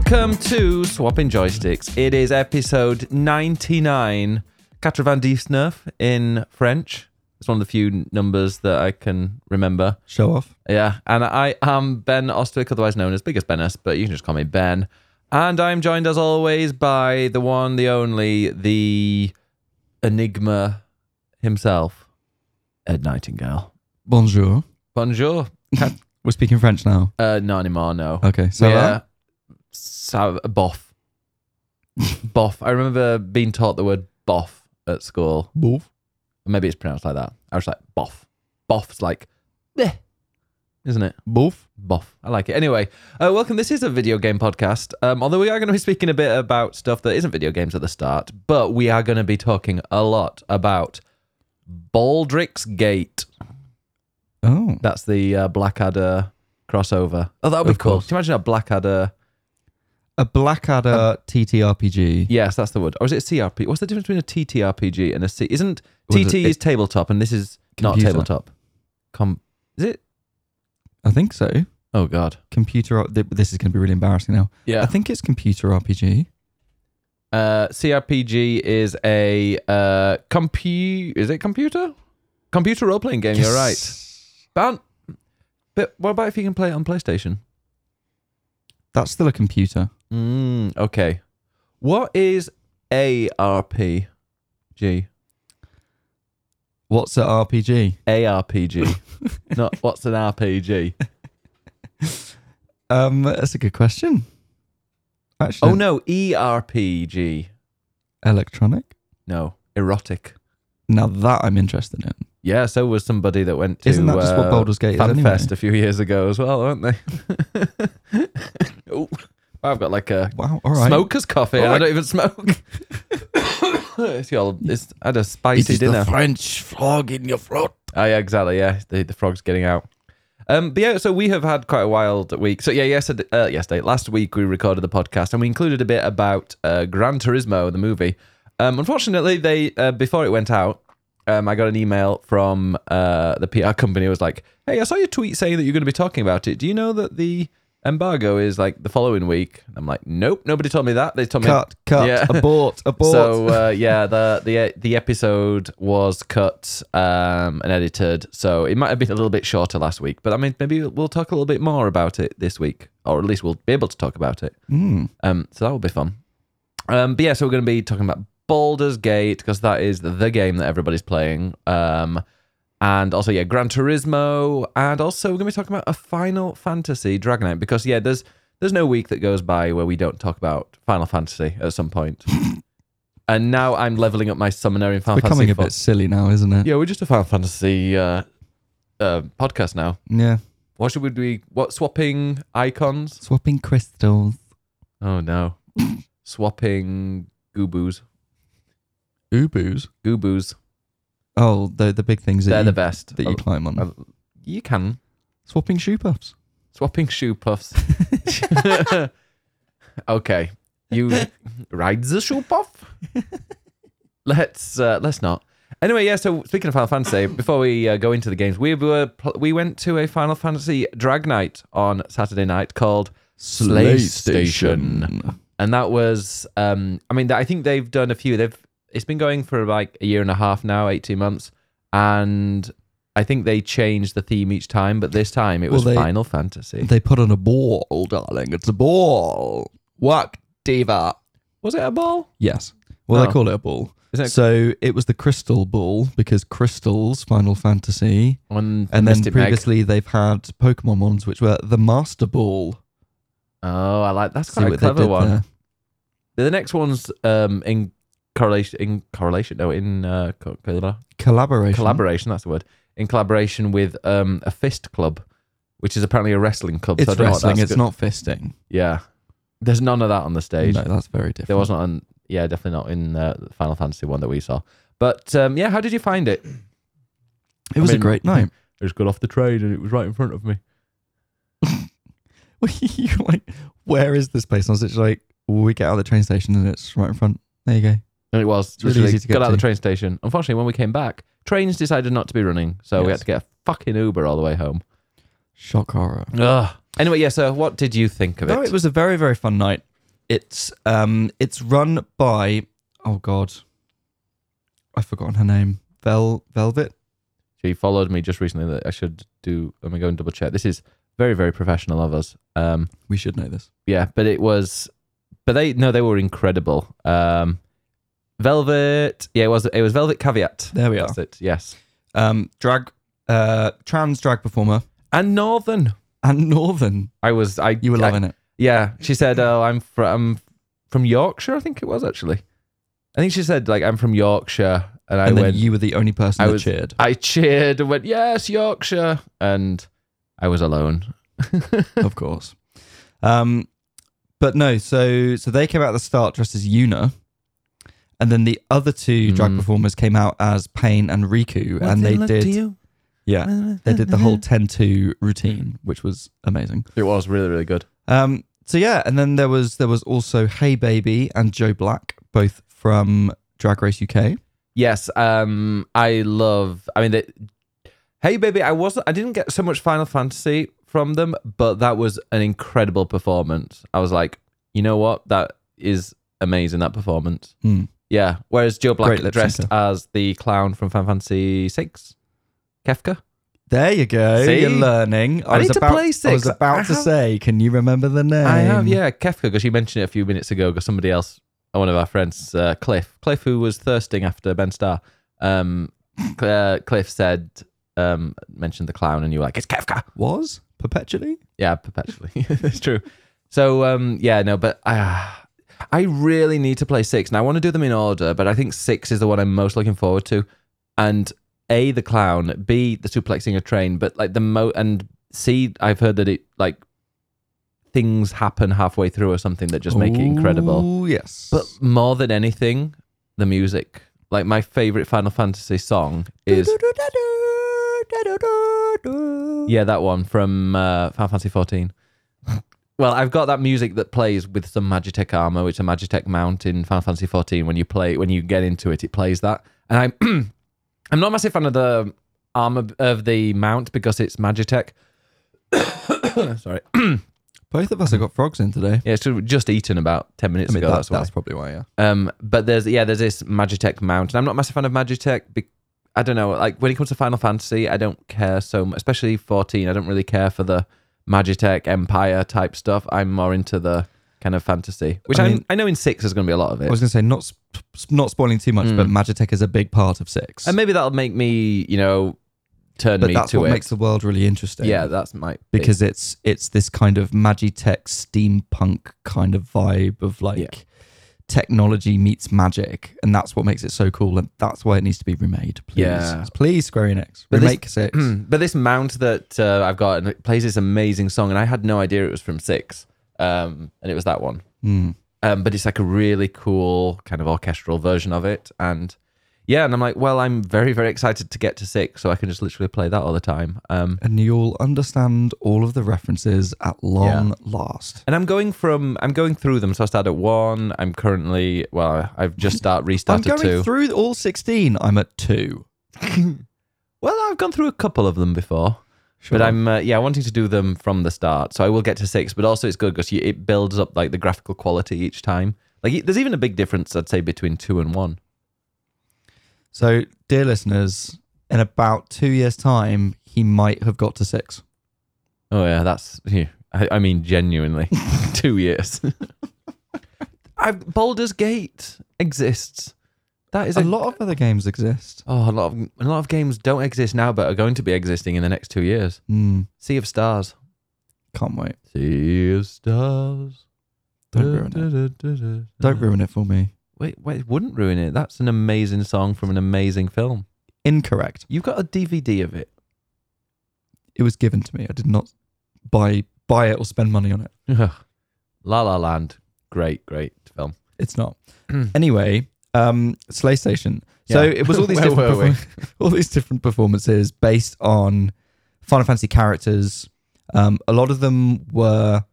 to Swapping Joysticks. It is episode 99. Quatre vingt dix-neuf in French. It's one of the few numbers that I can remember. Show off. Yeah, and I am Ben Ostwick, otherwise known as Biggest Bennis, but you can just call me Ben. And I'm joined as always by the one, the only, the enigma himself, Ed Nightingale. Bonjour. Bonjour. We're speaking French now. Uh, not anymore, no. Okay, so yeah. So, boff. boff. I remember being taught the word boff at school. Boof. Maybe it's pronounced like that. I was like, boff. Boff's like, eh, isn't it? Boof. Boff. I like it. Anyway, uh, welcome. This is a video game podcast. Um, although we are going to be speaking a bit about stuff that isn't video games at the start, but we are going to be talking a lot about Baldrick's Gate. Oh, That's the uh, Blackadder crossover. Oh, that would be Of cool. course. Can you imagine a Blackadder? a Blackadder Um, TTRPG. Yes, that's the word. Or is it CRP? What's the difference between a TTRPG and a C? Isn't Was TT it- is tabletop and this is not Computer. tabletop? Com- is it? I think so. Oh God. Computer. th- This is going to be really embarrassing now. Yeah. I think it's computer RPG. Uh, CRPG is a uh, compu. Is it computer? Computer role playing game. You're right. But, aren't- but what about if you can play it on PlayStation? That's still a computer. Mm, okay. What is ARPG? What's an RPG? ARPG. Not what's an RPG? Um, that's a good question. Actually, Oh no, ERPG. electronic. No, erotic. Now that I'm interested in. Yeah, so was somebody that went to Isn't that just what uh, Baldur's Gate is Fan anyway? Fest a few years ago as well, aren't they? oh, I've got like a Wow. All right. smoker's coffee. All I right. don't even smoke. it's your, it's, I had a spicy dinner. French frog in your throat. Oh yeah, exactly. Yeah, the, the frog's getting out. Um, but yeah, so we have had quite a wild week. So yeah, yesterday, uh, yesterday, last week we recorded the podcast and we included a bit about uh, Gran Turismo, the movie. Um, unfortunately, they uh, before it went out, um, I got an email from uh, the PR company. It was like, "Hey, I saw your tweet saying that you're going to be talking about it. Do you know that the embargo is like the following week?" I'm like, "Nope, nobody told me that. They told me Cut. Cut. Yeah. Abort. Abort. so uh, yeah, the the the episode was cut um, and edited, so it might have been a little bit shorter last week. But I mean, maybe we'll talk a little bit more about it this week, or at least we'll be able to talk about it. Mm. Um, so that will be fun. Um, but yeah, so we're going to be talking about Baldur's Gate because that is the game that everybody's playing. Um, and also yeah, Gran Turismo, and also we're going to be talking about a Final Fantasy Dragonite because yeah, there's there's no week that goes by where we don't talk about Final Fantasy at some point. and now I'm leveling up my summoner in Final Becoming Fantasy. a bit silly now, isn't it? Yeah, we're just a Final Fantasy uh, uh, podcast now. yeah. What should we be? What swapping icons? Swapping crystals. Oh no, swapping gooboos. Ubus. Gooboos. Oh, the the big things They're that the you, best. Oh, that you climb on. I've- you can. Swapping shoe puffs. Swapping shoe puffs. okay. You ride the shoe puff? let's uh, let's not. Anyway, yeah, so speaking of Final Fantasy, before we uh, go into the games, we were pl- we went to a Final Fantasy Drag Night on Saturday night called Slay Station. and that was um i mean i think they've done a few they've it's been going for like a year and a half now 18 months and i think they changed the theme each time but this time it was Well, they- final fantasy They put on a ball, darling. It's a ball. Work, diva. was it a ball Yes. Well, Oh. they call it a ball. Is that- so it was the crystal ball because crystals, Final Fantasy, on and then Mystic Meg? previously they've had Pokemon ones which were the Master Ball. oh i like that's See quite a what they clever did one there. the next one's um in correlation in correlation no in uh co- co- Collaboration. collaboration that's the word in collaboration with um a fist club which is apparently a wrestling club so I It's don't know what wrestling. that's It's go- not fisting. yeah there's none of that on the stage No, that's very different. There was not an yeah, definitely not in uh, the Final Fantasy one that we saw. But um, yeah, how did you find it? I it was mean, a great night. just got off the train and it was right in front of me. You're like, where is this place? And I was literally like, we get out of the train station and it's right in front. There you go. And it was really literally easy to got get out of the to. train station. Unfortunately, when we came back, trains decided not to be running, so we had Yes. to get a fucking Uber all the way home. Shock horror. Ugh. Anyway, yeah. So what did you think of it? No, it was a very, very fun night. It's um, it's run by oh god, I've forgotten her name. Vel Velvet. She followed me just recently that I should do. Let me go and double check. This is very, very professional of us. Um, We should know this. yeah but it was but they no they were incredible um velvet yeah it was it was velvet caveat There we are. that's it yes Um, drag, uh, trans drag performer and northern and Northern. i was i You were I- loving it. yeah she said oh i'm from from yorkshire i think it was actually i think she said like i'm from yorkshire and i and then went you were the only person I that was- cheered. i cheered and went yes yorkshire and i was alone of course. Um, but no, so so they came out at the start dressed as Yuna, and then the other two drag Mm. performers came out as Pain and Riku, and they did yeah they did the whole 10-2 routine, which was amazing. it was really really good Um, so yeah, and then there was there was also Hey Baby and Joe Black, both from Drag Race UK. Yes, um, I love. I mean, they, hey, baby, I wasn't. I didn't get so much Final Fantasy from them, but that was an incredible performance. I was like, you know what, that is amazing. That performance. Hmm. Yeah. Whereas Joe Black Great lip dressed syncer. as the clown from Final Fantasy Six, Kefka. There you go. See? You're learning. I was need to about, play I was six. about I to have- say, can you remember the name? I have, yeah, Kefka, because she mentioned it a few minutes ago. Because somebody else, one of our friends, uh, Cliff, Cliff, who was thirsting after Ben Starr, um, Cl- uh, Cliff said, um, mentioned the clown, and you were like, it's Kefka. Was perpetually. Yeah, perpetually. it's true. So um, yeah, no, but I, I really need to play six, and I want to do them in order. But I think six is the one I'm most looking forward to, and a the clown, b the suplexing a train, but like the mo and c I've heard that it like things happen halfway through or something that just make it incredible. Oh yes. But more than anything, the music. Like my favorite Final Fantasy song is yeah, that one from uh, Final Fantasy 14. Well, I've got that music that plays with some Magitek armor, which a Magitek mount in Final Fantasy 14. When you play, when you get into it, it plays that. And I'm, I'm not a massive fan of the armor of the mount because it's Magitek. Sorry, both of us have got frogs in today. yeah, it's just eaten about ten minutes I mean, ago. that- that's that's, why. probably why. Yeah. Um, but there's yeah, there's this Magitek mount, and I'm not a massive fan of Magitek. Be- I don't know, like when it comes to Final Fantasy, I don't care so much, especially 14. I don't really care for the Magitek Empire type stuff. I'm more into the kind of fantasy, which I I, mean- I know in six there's going to be a lot of I it, was going to say not sp- not spoiling too much, Mm. but Magitek is a big part of six. and maybe that'll make me, you know, turn but me that's to what it. makes the world really interesting. yeah, that's my because it's it's this kind of Magitek steampunk kind of vibe of like technology meets magic, and that's what makes it so cool, and that's why it needs to be remade. Please, Yeah. please, Square Enix, But this- remake six. Mm. but this mount that uh, I've got and it plays this amazing song, and I had no idea it was from six, um, and it was that one. Mm. um, but it's like a really cool kind of orchestral version of it. And yeah, and I'm like, well, I'm very, very excited to get to six, so I can just literally play that all the time. Um, and you'll understand all of the references at long last. and I'm going from I'm going through them. So I start at one. I'm currently well, I've just start I'm restarted going two. through all 16. I'm at two. well, I've gone through a couple of them before. Sure. But I'm uh, yeah wanting to do them from the start, so I will get to six. But also it's good because it builds up like the graphical quality each time. Like y- there's even a big difference I'd say between two and one. So, dear listeners, in about two years' time, he might have got to six. Oh yeah, that's. Yeah, I, I mean, genuinely, two years. I've, Baldur's Gate exists. That is A lot of other games exist. Oh, a lot of a lot of games don't exist now, but are going to be existing in the next two years. Mm, Sea of Stars. can't wait. Sea of Stars. Don't ruin it. Don't ruin it for me. Wait, wait! It wouldn't ruin it. That's an amazing song from an amazing film. Incorrect. You've got a DVD of it. It was given to me. I did not buy buy it or spend money on it. Ugh. La La Land. Great, great film. It's not. anyway, um, Slay Station. So Hmm. Yeah. it was all these Where different were we? perform- all these different performances based on Final Fantasy characters. Um, a lot of them were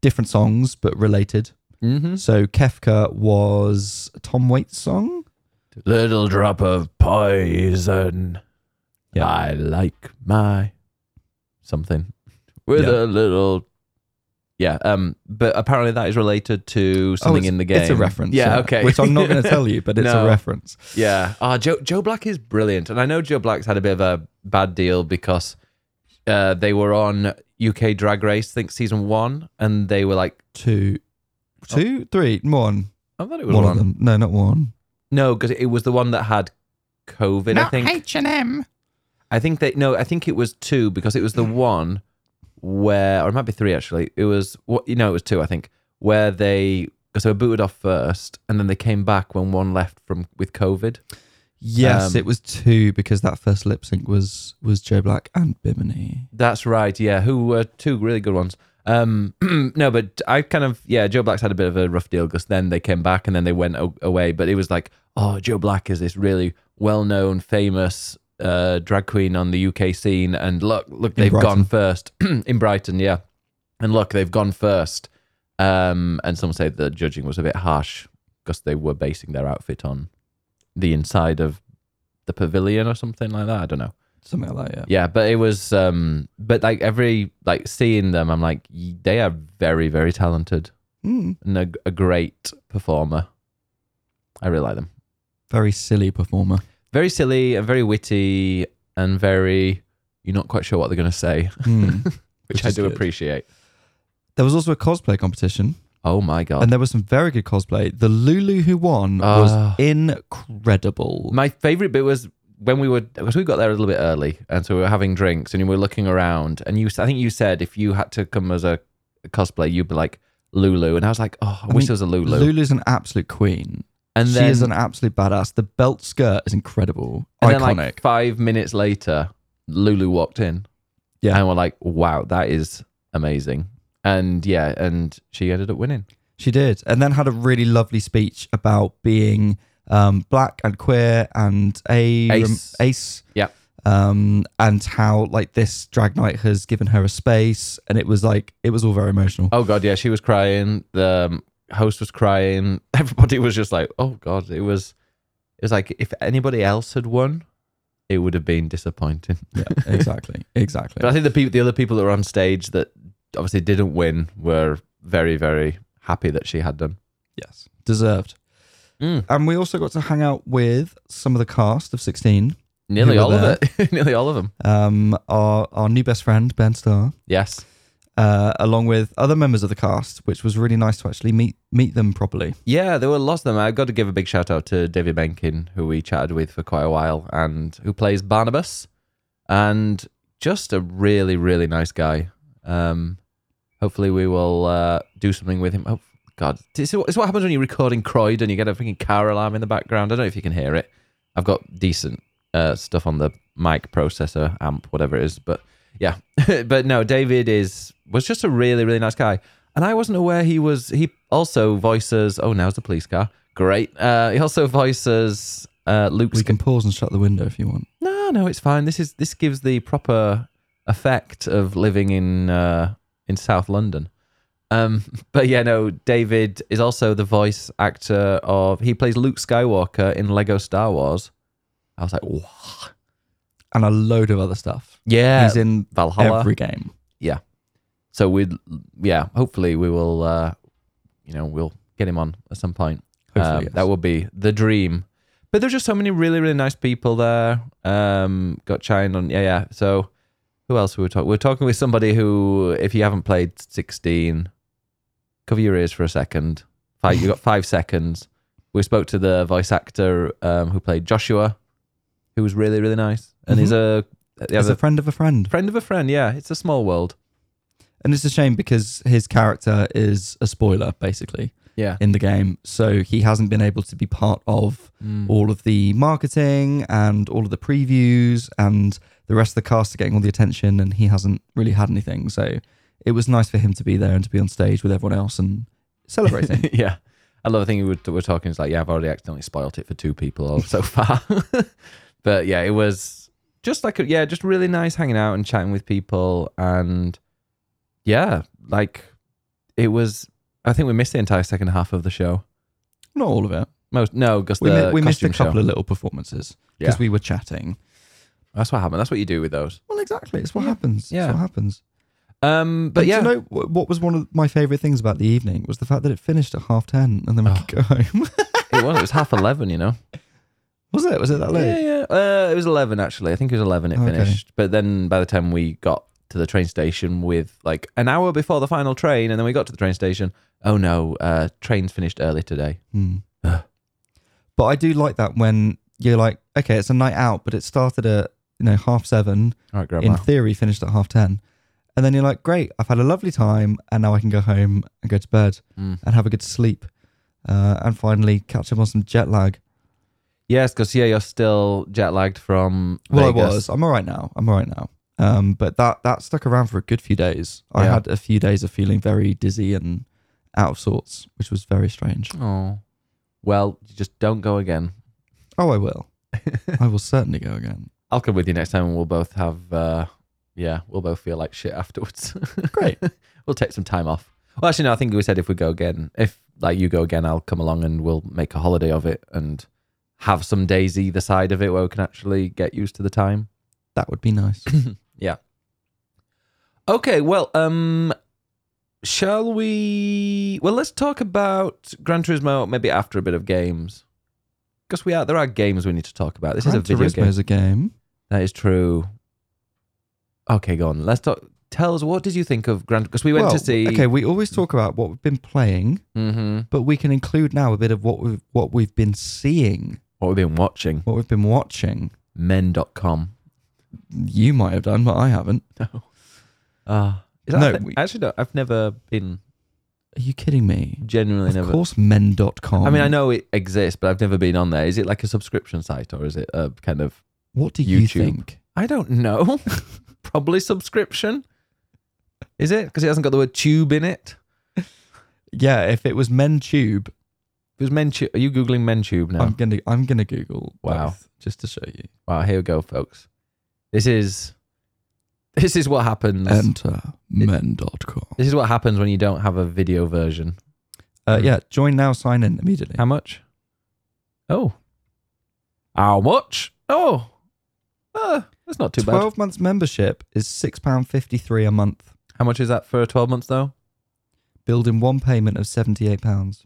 different songs but related. Mm-hmm. So Kefka was a Tom Waits song. Little drop of poison. Yeah. I like my something with a Yeah. little Yeah. Um. But apparently that is related to something it's- in the game. It's a reference. Yeah. Okay. Which I'm not going to tell you, but it's No. a reference. Yeah. Ah, Joe Joe Black is brilliant, and I know Joe Black's had a bit of a bad deal because uh, they were on UK Drag Race, I think season one, and they were like, Two, two, three, one. I thought Oh. it was One one. of them. No, not one. No, because it was the one that had COVID. I think. H and M. I think they no. I think it was two because it was the one where, or it might be three actually. It was what you know. It was two, I think, where they because they were booted off first, and then they came back when one left from with COVID. Yes, Um, it was two because that first lip sync was was Joe Black and Bimini. That's right. Yeah, who were two really good ones. Um, no, but I kind of yeah, Joe Black's had a bit of a rough deal because then they came back and then they went o- away. But it was like, oh, Joe Black is this really well-known, famous uh, drag queen on the UK scene, and look, look, they've Brighton. gone first in Brighton, yeah, and look, they've gone first. Um, and some say the judging was a bit harsh because they were basing their outfit on the inside of the pavilion or something like that. I don't know. Something like that. Yeah. Yeah, but it was um but like every like seeing them I'm like y- they are very very talented Mm, and a, a great performer. I really like them. very silly performer. Very silly and very witty and very you're not quite sure what they're going to say, Mm. which, Which I is do good. appreciate. There was also a cosplay competition, Oh my god. and there was some very good cosplay. The Lulu who won Ah. was incredible. my favorite bit was when we were because we got there a little bit early and so we were having drinks and you were looking around and you I think you said if you had to come as a cosplay you'd be like Lulu and I was like oh I, wish mean, there was a Lulu. Lulu's an absolute queen. and she then is an absolute badass. The belt skirt is incredible, And iconic. then like five minutes later, Lulu walked in. Yeah. And we're like, wow, that is amazing. And yeah, and she ended up winning. She did, and then had a really lovely speech about being um, black and queer and a Ace. ace. Yeah. Um, and how like this drag night has given her a space, and it was like it was all very emotional. Oh god, yeah, she was crying. The um, host was crying. Everybody was just like, oh god, it was it was like if anybody else had won, it would have been disappointing. Yeah, exactly, exactly. But I think the people the other people that were on stage that obviously didn't win were very, very happy that she had them. yes, deserved. Mm. And we also got to hang out with some of the cast of Sixteen. Nearly were all of it. Nearly all of them. Um, our our new best friend Ben Starr, Yes. uh, along with other members of the cast, which was really nice to actually meet meet them properly. Yeah, there were lots of them. I've got to give a big shout out to David Menkin, who we chatted with for quite a while, and who plays Barnabas, and just a really, really nice guy. Um, hopefully, we will uh, do something with him. Oh, God. This is, what, this is what happens when you're recording Croydon. You get a freaking car alarm in the background. I don't know if you can hear it. I've got decent uh, stuff on the mic processor, amp, whatever it is. But yeah, but no, David is was just a really really nice guy, and I wasn't aware he was. He also voices. Oh, now's the police car. Great. Uh, he also voices uh, Luke's. We can pause and shut the window if you want. no, no, it's fine. This is this gives the proper effect of living in uh, in South London. Um, but yeah, no, David is also the voice actor of. He plays Luke Skywalker in Lego Star Wars. I was like, wow. and a load of other stuff. Yeah, He's in Valhalla. every game. So we'd, yeah, hopefully we will, uh, you know, we'll get him on at some point. Hopefully, Um, yes. That would be the dream. But there's just so many really, really nice people there. Um, got Chine on, yeah, yeah. So who else were we talking? We're talking with somebody who, if you haven't played 16, cover your ears for a second. Five, you got five seconds. We spoke to the voice actor um, who played Joshua, who was really, really nice, and he's a, he He's has a a friend of a friend. friend of a friend. Yeah, it's a small world. And it's a shame because his character is a spoiler, basically, Yeah. in the game. So he hasn't been able to be part of Mm. all of the marketing and all of the previews, and the rest of the cast are getting all the attention, and he hasn't really had anything. So it was nice for him to be there and to be on stage with everyone else and celebrating. yeah. I love the thing we were, we're talking is like, yeah, I've already accidentally spoilt it for two people or so far. but yeah, it was just like, a, yeah, just really nice hanging out and chatting with people. And yeah, like it was, I think we missed the entire second half of the show. Not all of it. Most, no, because We, the mi- we missed a costume couple show. of little performances Yeah. because we were chatting. That's what happened. That's what you do with those. Well, exactly. It's what Yeah. happens. Yeah. It's what happens. Um, but do yeah, you know wh- what was one of my favorite things about the evening was the fact that it finished at half ten, and then Oh. we could go home. it was it was half eleven. You know. was it? Was it that late? Yeah, yeah. Uh, it was 11, actually. I think it was 11 it Okay. finished. But then by the time we got to the train station with like an hour before the final train, and then we got to the train station, oh no, uh, train's finished early today. Hmm. Ugh. But I do like that when you're like, okay, it's a night out, but it started at you know half seven. All right, in Grandma. theory, finished at half ten, and then you're like, great, I've had a lovely time, and now I can go home and go to bed Mm. and have a good sleep, uh, and finally catch up on some jet lag. Yes, because yeah, you're still jet lagged from. Well, I Vegas. was. I'm all right now. I'm all right now. Um, but that that stuck around for a good few days. I Yeah. had a few days of feeling very dizzy and out of sorts, which was very strange. Oh. Well, you just don't go again. Oh, I will. I will certainly go again. I'll come with you next time and we'll both have, uh, yeah, we'll both feel like shit afterwards. Great. we'll take some time off. Well, actually, no, I think we said if we go again, if like you go again, I'll come along and we'll make a holiday of it and have some days either side of it where we can actually get used to the time. That would be nice. Okay, well, um, shall we? Well, let's talk about Gran Turismo maybe after a bit of games. Because we are, there are games we need to talk about. This Gran is a video Turismo game. is a game. That is true. Okay, go on. Let's talk. Tell us what did you think of Grand? Because we went Well, to see. Okay, we always talk about what we've been playing, hmm but we can include now a bit of what we've what we've been seeing, What we've been watching. what we've been watching. Men.com. You might have done, but I haven't. Ah, No, no, we- actually, no, I've never been. Are you kidding me? Genuinely Of never. course, men.com. I mean, I know it exists, but I've never been on there. Is it like a subscription site or is it a kind of? What do you YouTube. think? I don't know. Probably subscription. Is it? Because it hasn't got the word tube in it. Yeah, if it was MenTube, It was men. Are you googling MenTube now? I'm gonna I'm gonna Google Wow. both, just to show you. Wow, here we go, folks. This is this is what happens. Enter men.com. this is what happens when you don't have a video version. Uh, yeah, join now, sign in immediately. Hmm. How much? Oh, how much? Oh, uh, that's not too bad. Twelve months membership is six pound fifty three a month, How much is that for twelve months though? building one payment of seventy eight pounds.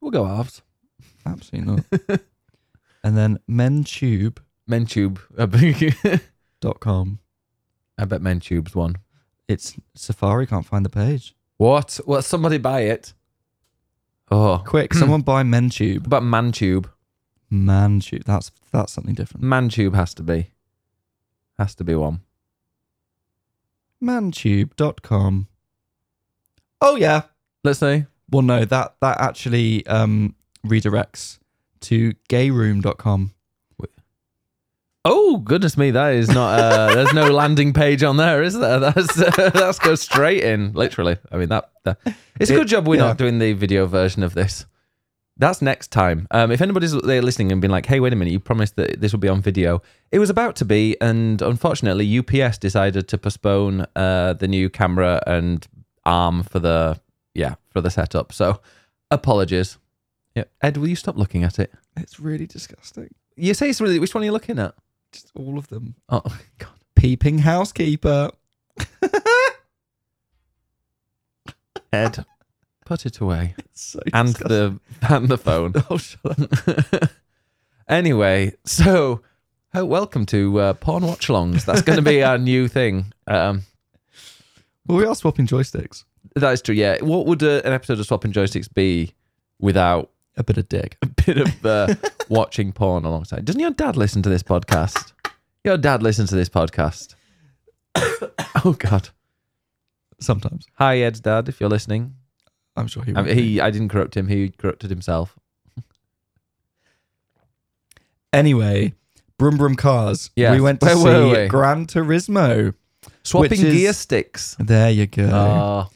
We'll go halves. Absolutely not. and then mentube.com. MenTube. I bet- I bet MenTube's one. It's Safari can't find the page. What? Well, somebody buy it. Oh, Quick, someone buy mentube. but ManTube. Mantube. That's that's something different. ManTube has to be. Has to be one. Mantube.com. Oh yeah. Let's see. Well no, that that actually um redirects to gayroom.com. Oh goodness me, that is not. Uh, there's no landing page on there, is there? That's uh, that's go straight in, literally. I mean that. that- it's a It- good job we're yeah. not doing the video version of this. That's next time. Um, if anybody's there listening and been like, "Hey, wait a minute, you promised that this would be on video," it was about to be, and unfortunately, UPS decided to postpone uh, the new camera and arm for the yeah for the setup. So, apologies. Yeah, Ed, will you stop looking at it? It's really disgusting. You say it's really. Which one are you looking at? Just all of them. Oh God. Peeping housekeeper. Ed, put it away. It's so And disgusting. the and the phone. Oh shut up. anyway, so oh, welcome to uh, porn watchalongs. That's going to be our new thing. Um, Well we are swapping joysticks. that is true. Yeah. What would uh, an episode of Swapping Joysticks be without A bit of dick. a bit of uh, watching porn alongside? Doesn't your dad listen to this podcast? Your dad listens to this podcast. oh God. Sometimes. Hi, Ed's dad. If you're listening, I'm sure he I, will. mean, he I didn't corrupt him. He corrupted himself. Anyway, Brum Brum Cars. Yes. We went to Where see were we? Gran Turismo. Swapping Which is- gear sticks. There you go. Oh.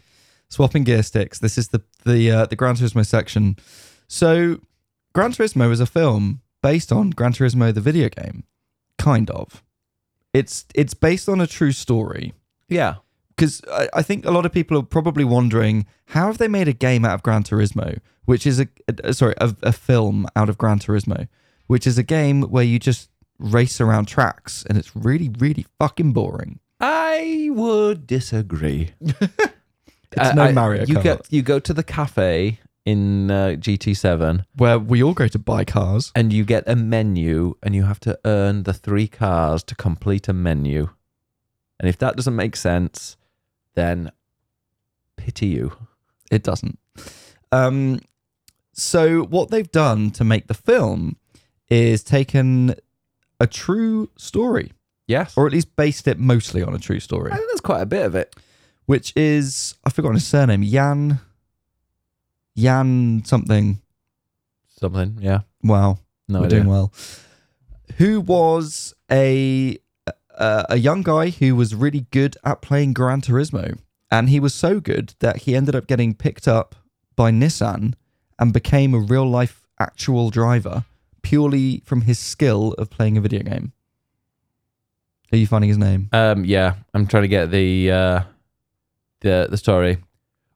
Swapping gear sticks. This is the the uh, the Gran Turismo section. So, Gran Turismo is a film based on Gran Turismo the video game, kind of. It's it's based on a true story yeah. because I, I think a lot of people are probably wondering how have they made a game out of Gran Turismo, which is a, a- sorry a, a film out of Gran Turismo, which is a game where you just race around tracks and it's really really fucking boring. I would disagree. It's no Mario Uh, You Kart. get you go to the cafe in uh, GT7 Where we all go to buy cars. and you get a menu and you have to earn the three cars to complete a menu. And if that doesn't make sense, then pity you. It doesn't. Um, so what they've done to make the film is taken a true story, Yes. or at least based it mostly on a true story, I think there's quite a bit of it. which is I've forgotten his surname, Jan, Jan something. Something, yeah. Wow, No we're idea. doing well. Who was a uh, a young guy who was really good at playing Gran Turismo, and he was so good that he ended up getting picked up by Nissan and became a real life actual driver purely from his skill of playing a video game. Are you finding his name? Um, yeah, I'm trying to get the uh, the the story.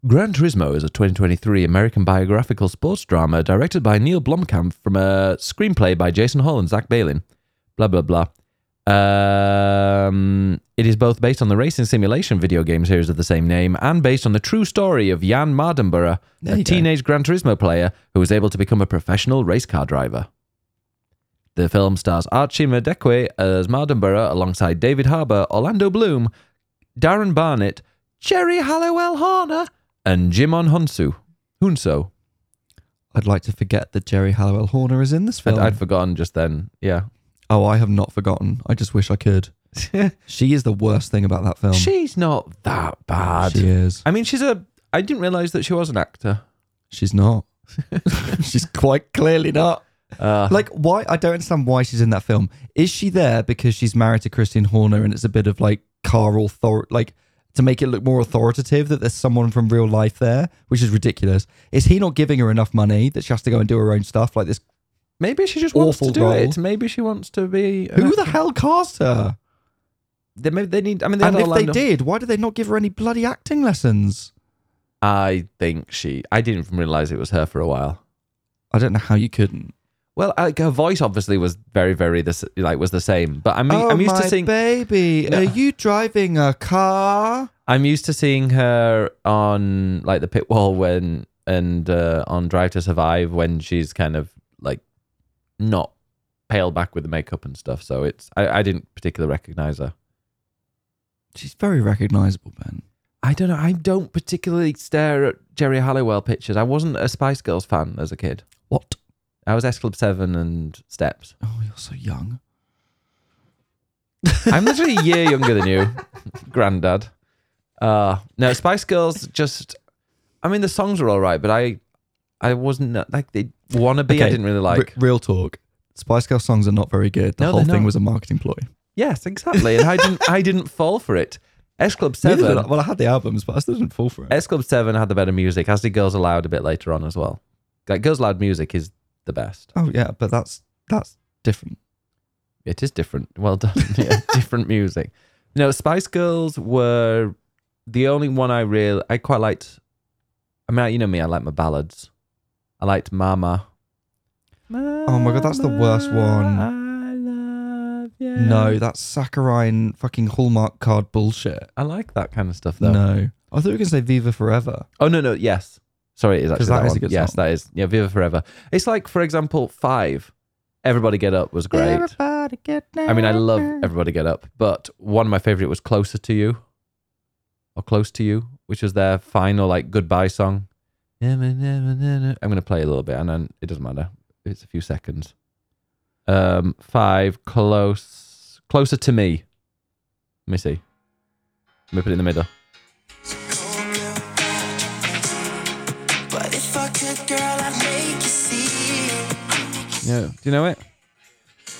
Gran Turismo is a 2023 American biographical sports drama directed by Neil Blomkamp from a screenplay by Jason Hall and Zach Balin. Blah blah blah. Um, it is both based on the racing simulation video game series of the same name and based on the true story of Jan Mardenborough, There a you go. teenage Gran Turismo player who was able to become a professional race car driver. The film stars Archie Medekwe as Mardenborough alongside David Harbour, Orlando Bloom, Darren Barnett, Jerry Halliwell Horner, and Jimon Hunsu. Hunso. I'd like to forget that Jerry Halliwell Horner is in this I'd, film. I'd forgotten just then. Yeah. oh, I have not forgotten. I just wish I could. She is the worst thing about that film. She's not that bad. Um, she is. I mean, she's a. I didn't realize that she was an actor. She's not. she's quite clearly not. Uh, Like, why? I don't understand why she's in that film. Is she there because she's married to Christine Horner and it's a bit of like car author, like to make it look more authoritative that there's someone from real life there, which is ridiculous. Is he not giving her enough money that she has to go and do her own stuff like this? maybe she just wants to Awful do role. it. Maybe she wants to be. an Who act- the hell cast her? They, maybe they need. I mean, they And had if they Orlando- did, why did they not give her any bloody acting lessons? I think she. I didn't realize it was her for a while. I don't know how you couldn't. Well, like her voice obviously was very, very the, s- like was the same. But I'm oh, I'm used my to seeing baby, No. are you driving a car? I'm used to seeing her on like the pit wall when and uh, on Drive to Survive when she's kind of like not pale back with the makeup and stuff. So it's I, I didn't particularly recognize her. She's very recognizable, Ben. I don't know. I don't particularly stare at Jerry Halliwell pictures. I wasn't a Spice Girls fan as a kid. What? I was S Club Seven and Steps. Oh, you're so young. I'm literally a year younger than you, granddad. Uh, no, Spice Girls just. I mean, the songs were all right, but I, I wasn't like they wanna be. I Okay, didn't really like. Re- real talk. Spice Girl songs are not very good. The No, whole they're thing not. was a marketing ploy. yes, exactly, and I didn't. I didn't fall for it. S Club Neither did I- Seven. well, I had the albums, but I still didn't fall for it. S Club Seven had the better music, as did Girls Aloud a bit later on as well. Like Girls Aloud music is the best. Oh yeah, but that's that's different. It is different. Well done. Yeah, different music. No, Spice Girls were the only one I real. I quite liked. I mean, I- you know me. I like my ballads. I liked Mama. Oh my God, that's the worst one. I love you. No, that's saccharine fucking Hallmark card bullshit. I like that kind of stuff though. No. I thought we were gonna say Viva Forever. Oh no, no, yes. Sorry, it is 'Cause actually that that is a one. good yes, song. that is. Yeah, Viva Forever. It's like, for example, Five. Everybody Get Up was great. Everybody get down. I mean, I love Everybody Get Up, but one of my favorite was Closer to You, or Close to You, which was their final like goodbye song. I'm gonna play a little bit, and then it doesn't matter. It's a few seconds. Um, five close, closer to me. Let me see. Let me put it in the middle. But if I could, girl, I'd make you see. Yeah. Do you know it?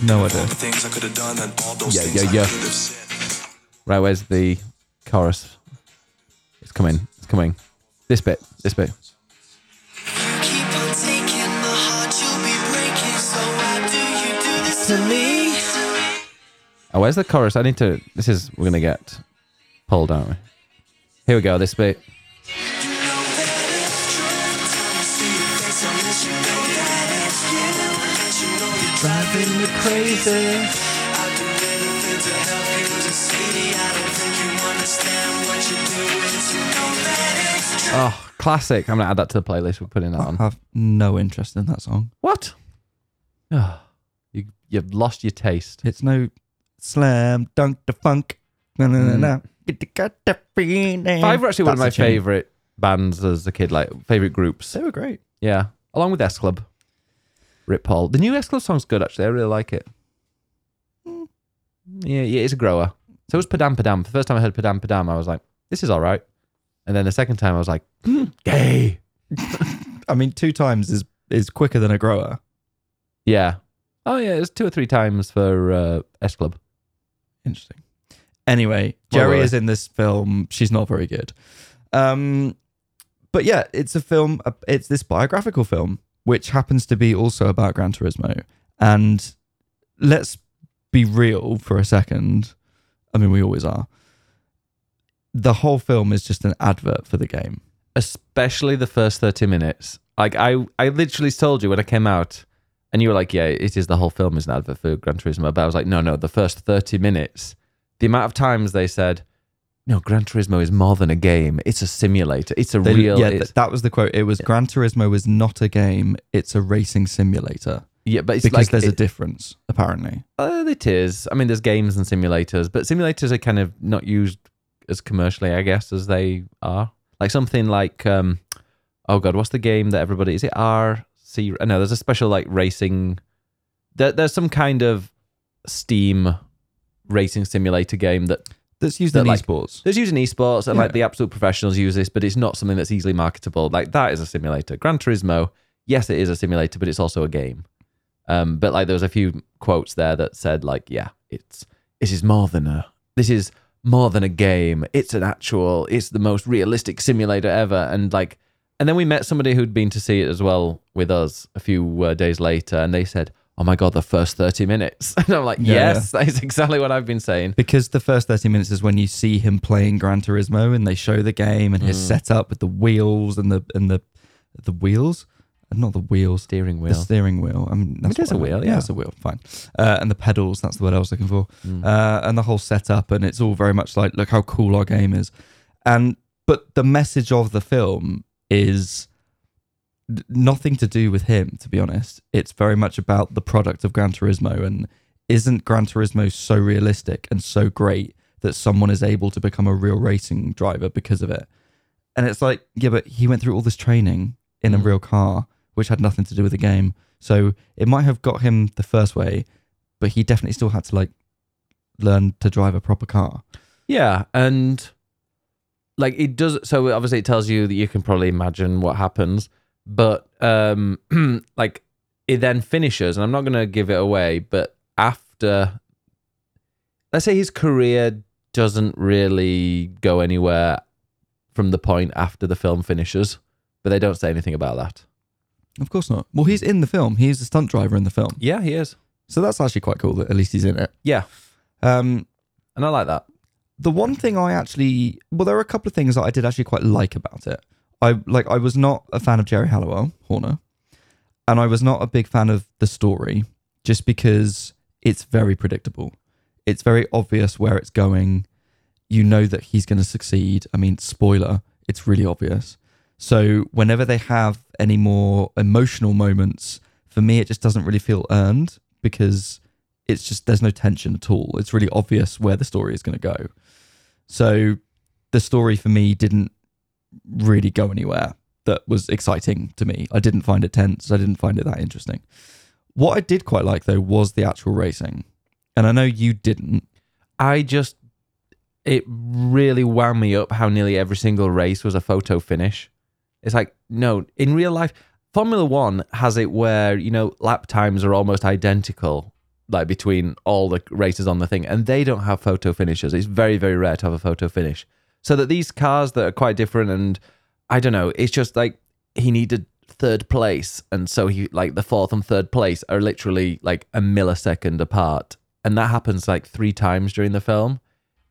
No idea. The things I could have done and all those Yeah, things yeah, I yeah. could have said. Right, where's the chorus? It's coming. It's coming. This bit. This bit. Keep on taking the heart you'll be breaking. So why do you do this to me? Oh, where's the chorus? I need to. This is. We're gonna get pulled, aren't we? Here we go. This bit. You know that it's true. Time to see your face on this. You know that it's you. And you know you're driving me crazy. I'd do anything to help you to see. I don't think you understand what you're doing, so know that it's true. Oh, classic. I'm going to add that to the playlist. We're putting that I on. have no interest in that song. What? Oh, you, you've lost your taste. It's no slam dunk the funk. No, no, no, no. Get the- get the feeling. Five were Mm. actually one of my That's a tune. favorite bands as a kid, like favorite groups. They were great. Yeah, along with S Club. Rip Paul. The new S Club song's good, actually. I really like it. Yeah, yeah, it's a grower. So it was Padam Padam. The first time I heard Padam Padam, I was like, this is all right. And then the second time, I was like, hmm, gay. I mean, two times is is quicker than a grower. Yeah. Oh, yeah, it's two or three times for uh, S Club. Interesting. Anyway, Well, Jerry really. is in this film. She's not very good. Um, but yeah, it's a film. It's this biographical film, which happens to be also about Gran Turismo. And let's be real for a second. I mean, we always are. The whole film is just an advert for the game. especially the first 30 minutes. Like I, I literally told you when I came out and you were like, yeah, it is the whole film is an advert for Gran Turismo. But I was like, no, no, the first 30 minutes, the amount of times they said, no, Gran Turismo is more than a game. It's a simulator. It's a They- real. yeah, it's- th- that was the quote. It was Gran Turismo is not a game; it's a racing simulator. yeah but it's Because like, there's a it, difference, apparently. uh, it is. I mean, there's games and simulators, but simulators are kind of not used as commercially, I guess, as they are. Like something like, um, oh god, what's the game that everybody is it RC? No, there's a special like racing. There, there's some kind of Steam racing simulator game that That's used That, in like- esports. there's used in esports and Yeah. like the absolute professionals use this, but it's not something that's easily marketable. Like that is a simulator. Gran Turismo, yes, it is a simulator, but it's also a game. Um, but like there was a few quotes there that said like, yeah, it's this is more than a this is more than a game. It's an actual. It's the most realistic simulator ever. And like, and then we met somebody who'd been to see it as well with us a few uh, days later, and they said. Oh my god, the first thirty minutes, and I'm like, Yeah, yeah. yes, that is exactly what I've been saying. Because the first 30 minutes is when you see him playing Gran Turismo and they show the game and his setup with the wheels and the and the the wheels, not the wheels, Steering wheel. the steering wheel. I mean, that's It is what a I meant. wheel, yeah. it's a wheel. Fine. Uh, and the pedals. That's the word I was looking for. Uh, and the whole setup, and it's all very much like, look how cool our game is. And but the message of the film is th- nothing to do with him, to be honest. It's very much about the product of Gran Turismo, and isn't Gran Turismo so realistic and so great that someone is able to become a real racing driver because of it? And it's like, yeah, but he went through all this training in a real car, which had nothing to do with the game. So it might have got him the first way, but he definitely still had to like learn to drive a proper car. Yeah, and like it does. So obviously, it tells you that you can probably imagine what happens, but um, like it then finishes, and I'm not going to give it away, but after, let's say his career doesn't really go anywhere from the point after the film finishes, but they don't say anything about that. Of course not. Well, he's in the film. He's a stunt driver in the film. Yeah, he is. So that's actually quite cool that at least he's in it. Yeah, Um, and I like that. the one thing I actually, well, there are a couple of things that I did actually quite like about it. I like I was not a fan of Jerry Halliwell Horner, and I was not a big fan of the story, just because it's very predictable. It's very obvious where it's going. You know that he's going to succeed. I mean, spoiler, it's really obvious. So whenever they have any more emotional moments, for me, it just doesn't really feel earned because it's just there's no tension at all. It's really obvious where the story is going to go. So the story for me didn't really go anywhere that was exciting to me. I didn't find it tense. I didn't find it that interesting. What I did quite like though was the actual racing. And I know you didn't. I just it really wound me up how nearly every single race was a photo finish. It's like no, in real life, Formula One has it where you know lap times are almost identical, like between all the races on the thing, and they don't have photo finishes. It's very very rare to have a photo finish. So that these cars that are quite different, and I don't know, it's just like he needed third place, and so he like the fourth and third place are literally like a millisecond apart, and that happens like three times during the film.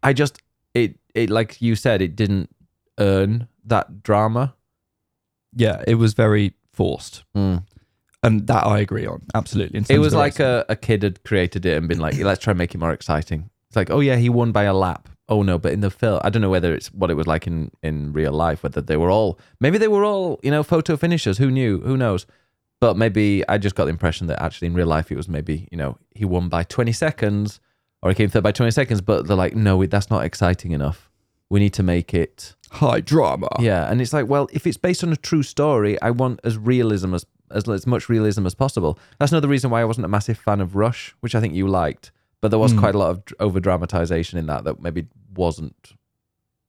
I just it it like you said it didn't earn that drama. Yeah, it was very forced. And that I agree on. Absolutely. in Hmm. It terms was of the like racing. a, a kid had created it and been like, let's try and make it more exciting. It's like, oh yeah, he won by a lap. oh no, but in the film, I don't know whether it's what it was like in in real life. Whether they were all, maybe they were all, you know, photo finishers. Who knew? Who knows? But maybe I just got the impression that actually in real life it was maybe you know he won by twenty seconds or he came third by twenty seconds. But they're like, no, that's not exciting enough. We need to make it High drama. yeah, and it's like, well, if it's based on a true story, I want as realism as as, as much realism as possible. That's another reason why I wasn't a massive fan of Rush, which I think you liked, but there was quite a lot of over dramatization in that that maybe wasn't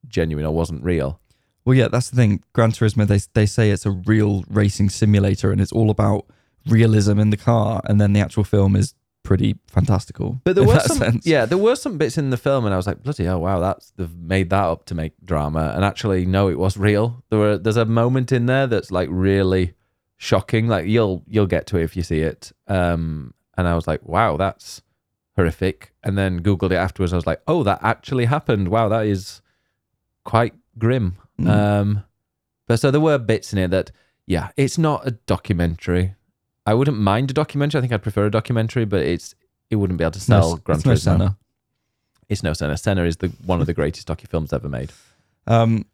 genuine or wasn't real. Well, yeah, that's the thing. Gran Turismo, they they say it's a real racing simulator, and it's all about realism in the car, and then the actual film is pretty fantastical. But there in were that some, sense. yeah, there were some bits in the film, and I was like, bloody hell, wow, that's they've made that up to make drama. And actually, no, it was real. There were there's a moment in there that's like really shocking. Like you'll you'll get to it if you see it. Um, and I was like, wow, that's horrific. And then googled it afterwards. I was like, oh, that actually happened. Wow, that is quite grim. Mm. Um, but so there were bits in it that, yeah, it's not a documentary. I wouldn't mind a documentary. I think I'd prefer a documentary, but it's it wouldn't be able to It's no- sell Gran it's no Turismo. Senna. It's no Senna. Senna is the one of the greatest docu films ever made. Um,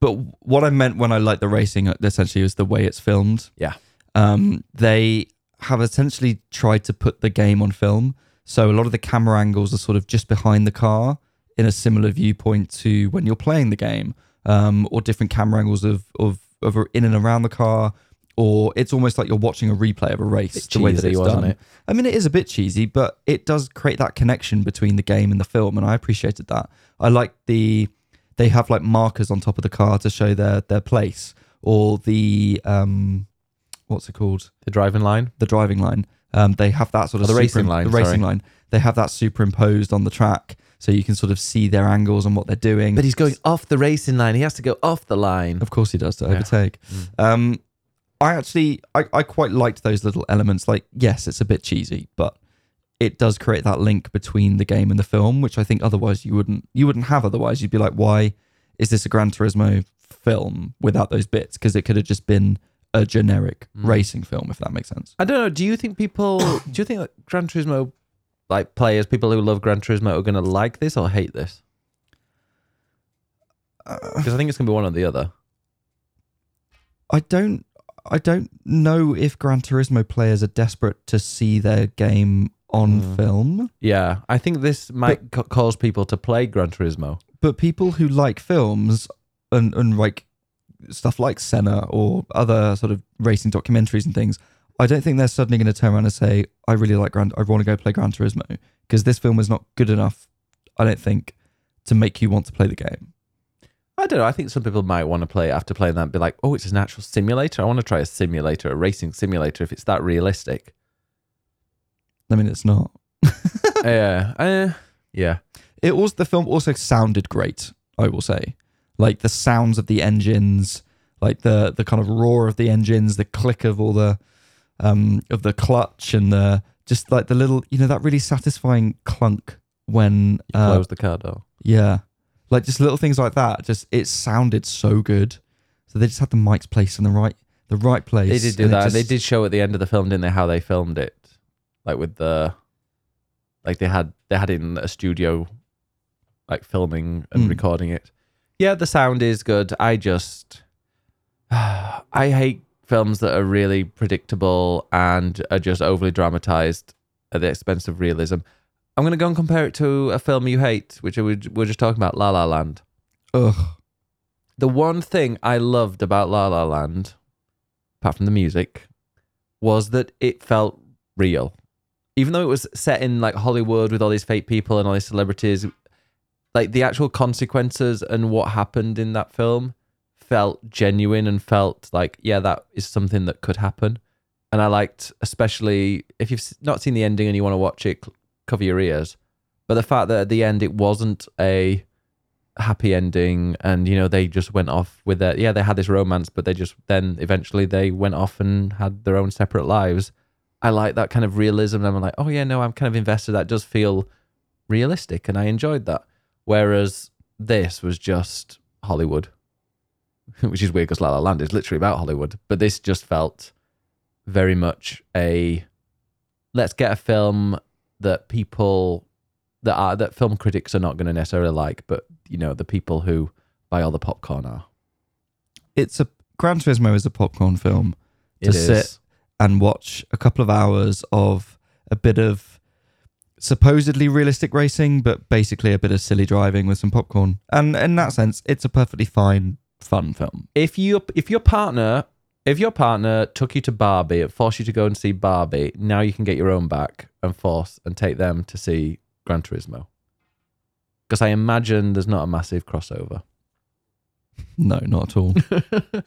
but what I meant when I like the racing uh, essentially is the way it's filmed. Yeah. Um, they have essentially tried to put the game on film. So a lot of the camera angles are sort of just behind the car in a similar viewpoint to when you're playing the game, um, or different camera angles of, of, of in and around the car, or it's almost like you're watching a replay of a race. Bit the way that cheesy, it's wasn't done. it? I mean, it is a bit cheesy, but it does create that connection between the game and the film, and I appreciated that. I like the they have like markers on top of the car to show their their place, or the um, what's it called, The driving line. the driving line. Um, they have that sort of Oh, the racing superim- line, The racing sorry. line. They have that superimposed on the track, so you can sort of see their angles and what they're doing. But he's going off the racing line. He has to go off the line. Of course he does to overtake. Um, I actually, I, I quite liked those little elements. Like, yes, it's a bit cheesy, but it does create that link between the game and the film, which I think otherwise you wouldn't, you wouldn't have. Otherwise, you'd be like, why is this a Gran Turismo film without those bits? Because it could have just been a generic racing film, if that makes sense. I don't know. Do you think people? do you think that Gran Turismo, like players, people who love Gran Turismo, are going to like this or hate this? Uh, Because I think it's going to be one or the other. I don't, I don't know if Gran Turismo players are desperate to see their game on film. Yeah, I think this might ca- cause people to play Gran Turismo. but people who like films and and like stuff like Senna or other sort of racing documentaries and things, I don't think they're suddenly going to turn around and say, "I really like Gran, I want to go play Gran Turismo," because this film is not good enough. I don't think to make you want to play the game. I don't know. I think some people might want to play it after playing that and be like, oh, it's an actual simulator. I want to try a simulator, a racing simulator, if it's that realistic. I mean, it's not. yeah. Uh, yeah. It also the film also sounded great. I will say, like the sounds of the engines, like the the kind of roar of the engines, the click of all the um of the clutch and the just like the little you know that really satisfying clunk when uh, Close the car door. yeah, like just little things like that. Just it sounded so good. So they just had the mics placed in the right the right place. They did do and it that. They just- did show at the end of the film, didn't they, how they filmed it? Like with the, like they had, they had it in a studio, like filming and Mm. recording it. Yeah, the sound is good. I just, I hate films that are really predictable and are just overly dramatized at the expense of realism. I'm going to go and compare it to a film you hate, which we we were just talking about, La La Land. Ugh. the one thing I loved about La La Land, apart from the music, was that it felt real. Even though it was set in like Hollywood with all these fake people and all these celebrities, like the actual consequences and what happened in that film felt genuine and felt like, yeah, that is something that could happen. And I liked, especially if you've s- not seen the ending and you want to watch it, cl- cover your ears. But the fact that at the end it wasn't a happy ending and you know they just went off with their yeah they had this romance but they just then eventually they went off and had their own separate lives i like that kind of realism and i'm like oh yeah no i'm kind of invested that does feel realistic and i enjoyed that whereas this was just hollywood which is weird because la la land is literally about hollywood but this just felt very much a let's get a film that people that are that film critics are not going to necessarily like, but you know the people who buy all the popcorn are. It's a Gran Turismo is a popcorn film It To is sit- and watch a couple of hours of a bit of supposedly realistic racing, but basically a bit of silly driving with some popcorn. And in that sense, it's a perfectly fine fun film. if you if your partner if your partner took you to Barbie and forced you to go and see Barbie, now you can get your own back and force and take them to see Gran Turismo. Because I imagine there's not a massive crossover. No, not at all.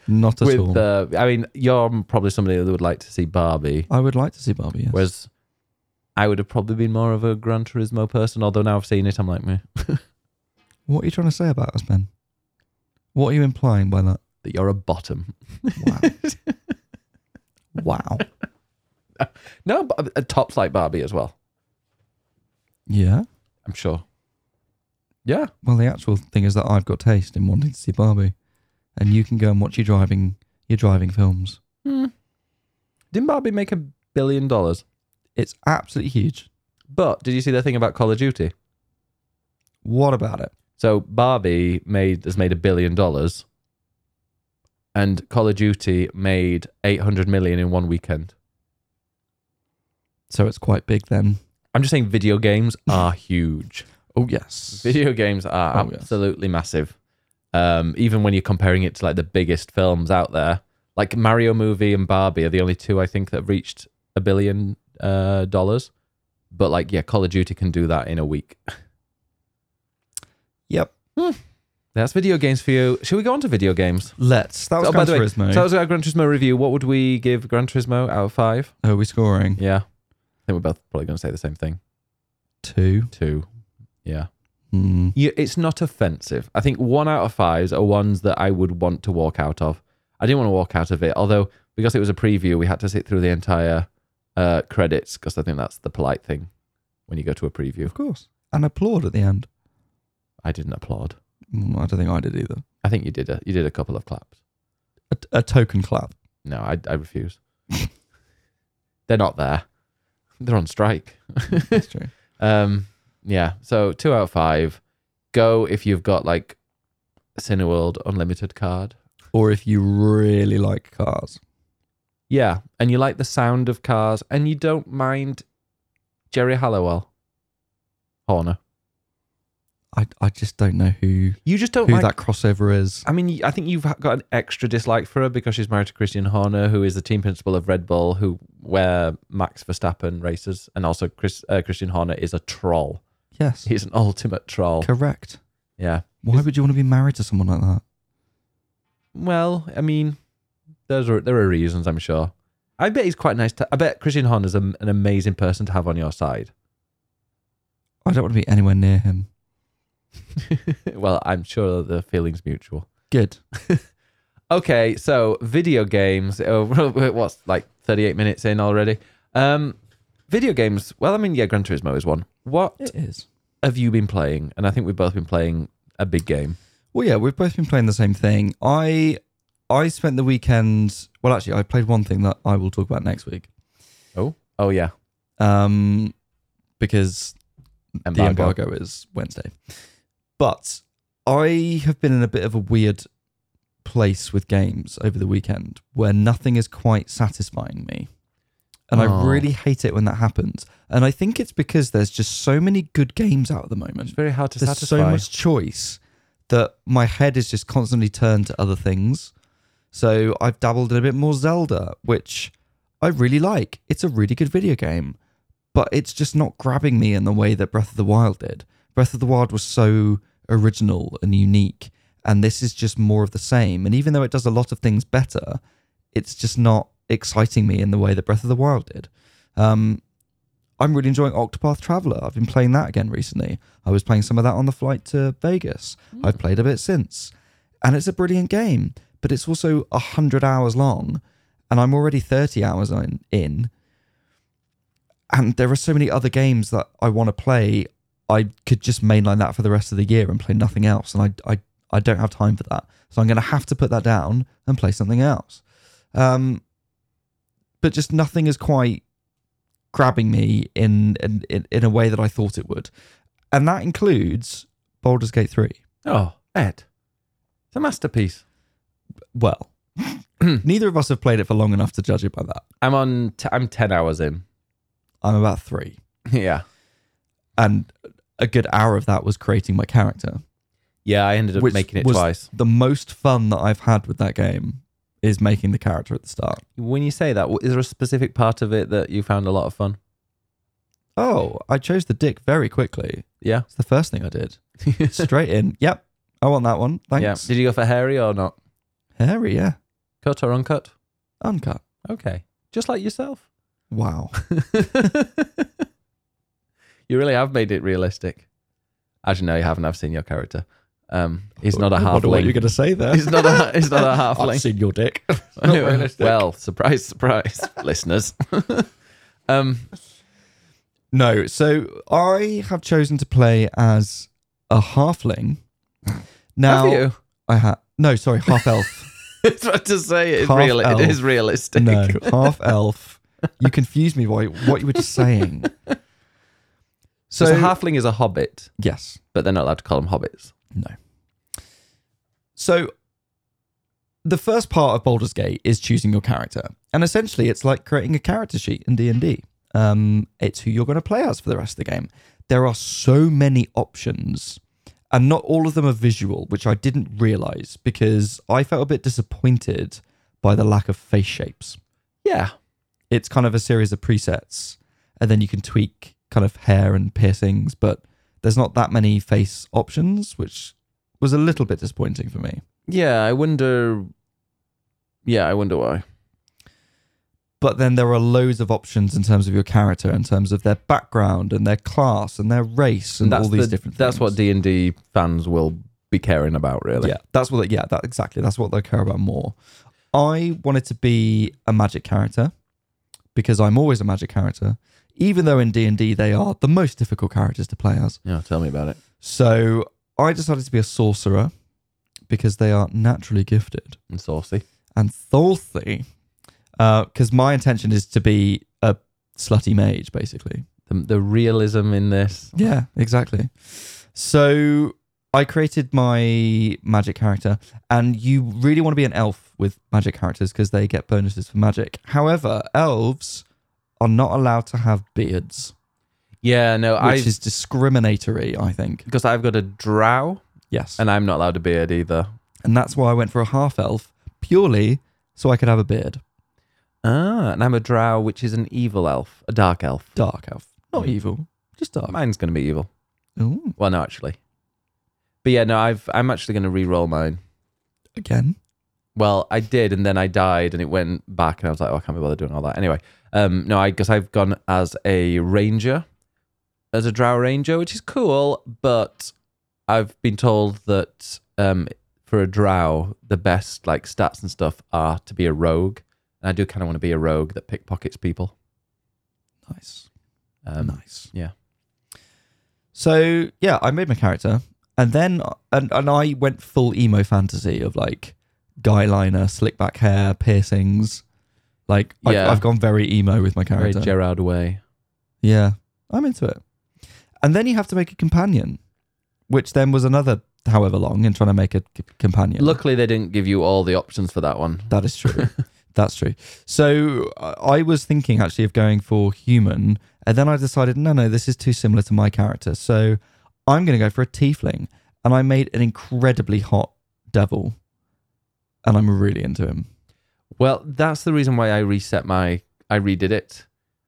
not at all. With uh, I mean, you're probably somebody that would like to see Barbie. I would like to see Barbie. Yes. Whereas I would have probably been more of a Gran Turismo person, although now I've seen it, I'm like, meh, What are you trying to say about us, Ben? What are you implying by that? that you're a bottom. Wow. wow. No, but a top's like Barbie as well, Yeah. I'm sure. Yeah. Well, the actual thing is that I've got taste in wanting to see Barbie, and you can go and watch your driving your driving films. Didn't Barbie make a billion dollars? It's absolutely huge. But did you see the thing about Call of Duty? What about it? So Barbie made has made a billion dollars, and Call of Duty made eight hundred million in one weekend. So it's quite big then. I'm just saying, video games are huge. Oh yes. Video games are Oh, yes. absolutely massive. Um, even when you're comparing it to like the biggest films out there, like Mario movie and Barbie are the only two I think that have reached a billion uh, dollars. But like, yeah, Call of Duty can do that in a week. Hmm. Yep. That's video games for you. Should we go on to video games? Let's. That was oh, by Gran the way, Turismo. so that was our Gran Turismo review. What would we give Gran Turismo out of five? Are we scoring Yeah, I think we're both probably going to say the same thing. two? Two. Yeah. Hmm. you, it's not offensive. I think one out of fives are ones that I would want to walk out of. I didn't want to walk out of it, although because it was a preview, we had to sit through the entire uh, credits because I think that's the polite thing when you go to a preview. Of course. And applaud at the end. I didn't applaud. Mm, I don't think I did either. I think you did a you did a couple of claps. A, a token clap. No, I, I refuse. They're not there. They're on strike. That's true. Um, yeah. So two out of five. Go if you've got like a Cineworld unlimited card. or if you really like cars. Yeah, and you like the sound of cars, and you don't mind Jerry Halliwell, Horner. I, I just don't know who You just don't who like. that crossover is. I mean, I think you've got an extra dislike for her because she's married to Christian Horner, who is the team principal of Red Bull, who where Max Verstappen races, and also Chris, uh, Christian Horner is a troll. Yes, He's an ultimate troll. correct. Yeah. Why would you want to be married to someone like that? Well, I mean, those are there are reasons, I'm sure. I bet he's quite nice to. I bet Christian Horner's a, an amazing person to have on your side. I don't want to be anywhere near him. well, I'm sure the feeling's mutual. Good. Okay, so video games. Oh, what's like thirty-eight minutes in already? Um, video games. Well, I mean, yeah, Gran Turismo is one. What It is. have you been playing? And I think we've both been playing a big game. Well, yeah, we've both been playing the same thing. I I spent the weekend. Well, actually, I played one thing that I will talk about next week. Oh, oh yeah, Um, because embargo. the embargo is Wednesday. But I have been in a bit of a weird place with games over the weekend where nothing is quite satisfying me. And Oh. I really hate it when that happens. And I think it's because there's just so many good games out at the It's moment. very hard to There's satisfy. so much choice that my head is just constantly turned to other things. So I've dabbled in a bit more Zelda, which I really like. It's a really good video game, but it's just not grabbing me in the way that Breath of the Wild did. Breath of the Wild was so original and unique, and this is just more of the same. And even though it does a lot of things better, it's just not exciting me in the way that Breath of the Wild did. Um, I'm really enjoying Octopath Traveler. I've been playing that again recently. I was playing some of that on the flight to Vegas. I've played a bit since. And it's a brilliant game, but it's also 100 hours long. And I'm already 30 hours in. in. And there are so many other games that I want to play. I could just mainline that for the rest of the year and play nothing else. And I, I, I don't have time for that. So I'm going to have to put that down and play something else. Um, but just nothing is quite grabbing me in, in in in a way that I thought it would, And that includes Baldur's Gate 3. Oh, Ed. It's a masterpiece. Well, neither of us have played it for long enough to judge it by that. I'm on, t- I'm 10 hours in. I'm about three. yeah. And a good hour of that was creating my character. Yeah, I ended up Which making it was- twice. The most fun that I've had with that game is making the character at the start. When you say that, w- is there a specific part of it that you found a lot of fun? Oh, I chose the dick very quickly. Yeah. It's the first thing I did. Straight in. Yep. I want that one. yeah. Thanks. Did you go for hairy or not? Hairy, yeah. Cut or uncut? Uncut. Okay. Just like yourself. Wow. you really have made it realistic. As you know, you haven't. I've seen your character. Um, he's not a I wonder what you're halfling. going to say there. He's not a. He's not a I've halfling. seen your dick. well, surprise, surprise, listeners. um, No, so I have chosen to play as a halfling. Now have you? I had no, sorry, half elf. It's what to say. It's Half real. elf. It is realistic. no, half elf. You confused me by what you were just saying. So, So, a halfling is a hobbit, yes, but they're not allowed to call them hobbits. no. So the first part of Baldur's Gate is choosing your character, and essentially it's like creating a character sheet in D and D. Um, it's who you're going to play as for the rest of the game. There are so many options, and not all of them are visual, which I didn't realize because I felt a bit disappointed by the lack of face shapes. Yeah. It's kind of a series of presets, and then you can tweak kind of hair and piercings, but there's not that many face options, which was a little bit disappointing for me. Yeah. I wonder. Yeah, I wonder why. but then there are loads of options in terms of your character, in terms of their background and their class and their race and all these the- different. That's things. what D and D fans will be caring about, really. yeah, that's what. Yeah, that exactly. That's what they care about more. I wanted to be a magic character because I'm always a magic character, even though in D and D they are the most difficult characters to play as. Yeah, tell me about it. So I decided to be a sorcerer because they are naturally gifted. And saucy. and Thulthi, because my intention is to be a slutty mage, basically. The, the realism in this. Yeah, exactly. So I created my magic character, and you really want to be an elf with magic characters because they get bonuses for magic. However, elves are not allowed to have beards, Yeah, no, which I is discriminatory, I think. because I've got a drow Yes. And, and I'm not allowed a beard either. that's why I went for a half elf, purely so I could have a beard. Ah, and I'm a drow, which is an evil elf, a dark elf. Dark elf. Not evil, just dark. Mine's going to be evil. Ooh, Well, no, actually. But yeah, no, I've I'm actually going to re-roll mine. again. Well, I did, and then I died, and it went back, and I was like, oh, I can't be bothered doing all that. Anyway, um, no, I guess I've gone as a ranger, as a drow ranger, which is cool, but I've been told that um, for a drow, the best like stats and stuff are to be a rogue, and I do kind of want to be a rogue that pickpockets people. Nice. Um, nice. yeah. So yeah, I made my character, and then and and I went full emo fantasy of like guy liner, slick back hair, piercings. Like Yeah. I've, I've gone very emo with my Very character. Gerard way. yeah, I'm into it. And then you have to make a companion, which then was another however long in trying to make a c- companion. Luckily, they didn't give you all the options for that one. That is true. That's true. So I I was thinking actually of going for human, and then I decided, no, no, this is too similar to my character. So I'm going to go for a tiefling. And I made an incredibly hot devil, and I'm really into him. Well, that's the reason why I reset my. I redid it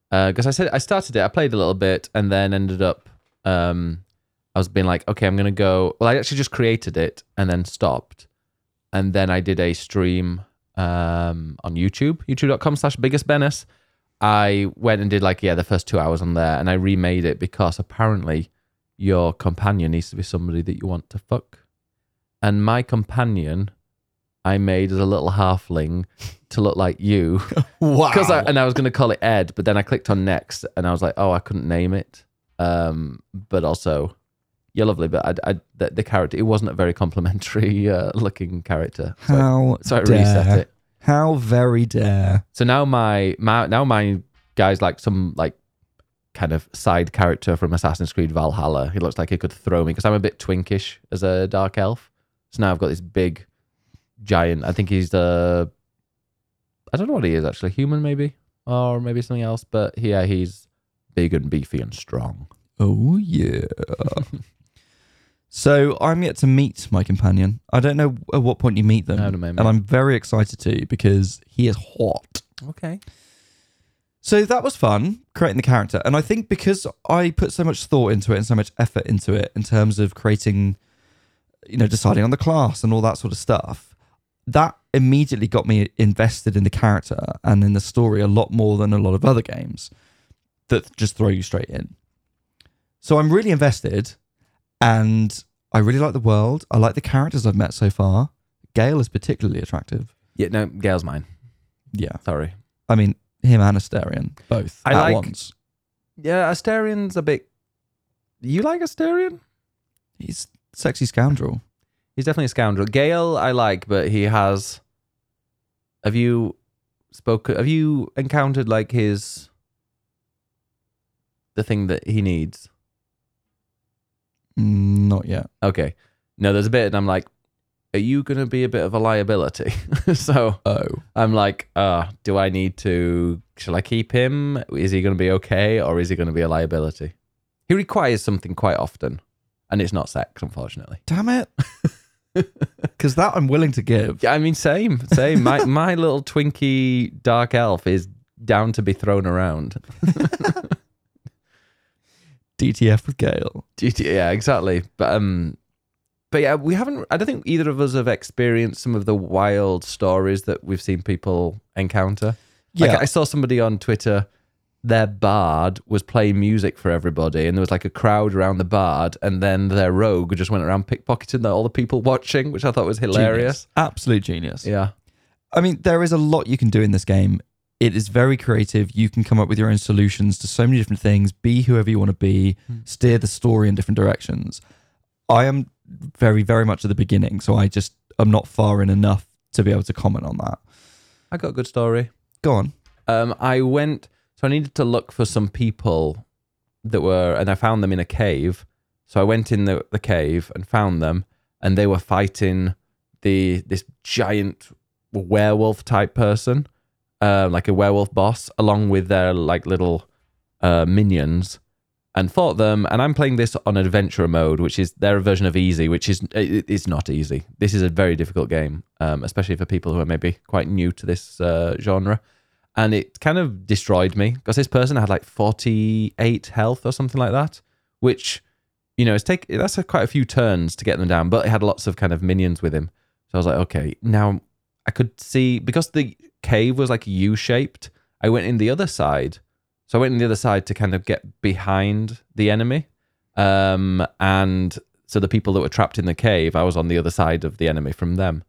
because I said I started it. I played a little bit and then ended up. Um, I was being like, okay, I'm gonna go. Well, I actually just created it and then stopped, and then I did a stream um, on YouTube, YouTube.com/slash Biggest Bennis. I went and did like yeah the first two hours on there, and I remade it because apparently your companion needs to be somebody that you want to fuck, and my companion I made as a little halfling to look like you. Wow. Because I, and I was going to call it Ed, but then I clicked on next and I was like, oh, I couldn't name it. Um, but also, you're lovely, but I, I, the, the character, it wasn't a very complimentary uh, looking character. So, I- how so I dare, reset it. How very dare. So now my, my now my guy's like some like kind of side character from Assassin's Creed Valhalla. He looks like he could throw me because I'm a bit twinkish as a dark elf. So now I've got this big, giant. I think he's the. I don't know what he is actually. Human maybe, or maybe something else. But yeah, he's big and beefy and strong. Oh yeah. so I'm yet to meet my companion. I don't know at what point you meet them, I don't know, mate. and I'm very excited to because he is hot. Okay. So that was fun creating the character, and I think because I put so much thought into it and so much effort into it in terms of creating, you know, deciding on the class and all that sort of stuff, that immediately got me invested in the character and in the story a lot more than a lot of other games that just throw you straight in. So I'm really invested, and I really like the world. I like the characters I've met so far. Gale is particularly attractive. Yeah. No, Gail's mine. Yeah, Sorry. I mean him and Asterion both I at like- once. Yeah, Asterian's a bit. You like Asterion? He's a sexy scoundrel. He's definitely a scoundrel. Gale, I like, but he has. Have you spoken? Have you encountered like his. the thing that he needs? Mm, Not yet. Okay. No, there's a bit, and I'm like, are you going to be a bit of a liability? so Oh, I'm like, uh, do I need to. Shall I keep him? Is he going to be okay, or is he going to be a liability? He requires something quite often, and it's not sex, unfortunately. damn it! Because that I'm willing to give. Yeah, I mean, same, same. My my little twinky dark elf is down to be thrown around. DTF with Gale. GTA, yeah, exactly. But um, but yeah, we haven't. I don't think either of us have experienced some of the wild stories that we've seen people encounter. Yeah. Like, I saw somebody on Twitter. Their bard was playing music for everybody, and there was like a crowd around the bard, and then their rogue just went around pickpocketing all the people watching, which I thought was hilarious. Genius. Absolute genius. Yeah. I mean, there is a lot you can do in this game. It is very creative. You can come up with your own solutions to so many different things, be whoever you want to be, steer the story in different directions. I am very, very much at the beginning, so I just am not far in enough to be able to comment on that. I got a good story. Go on. Um, I went, so I needed to look for some people that were, and I found them in a cave. So I went in the, the cave and found them, and they were fighting the this giant werewolf type person, um, like a werewolf boss, along with their like little uh, minions, and fought them. And I'm playing this on adventurer mode, which is their version of easy, which is it, it's not easy. This is a very difficult game, um, especially for people who are maybe quite new to this uh, genre and it kind of destroyed me because this person had like 48 health or something like that which you know it's take that's a, quite a few turns to get them down but it had lots of kind of minions with him so i was like okay now i could see because the cave was like u-shaped i went in the other side so i went in the other side to kind of get behind the enemy um and so the people that were trapped in the cave i was on the other side of the enemy from them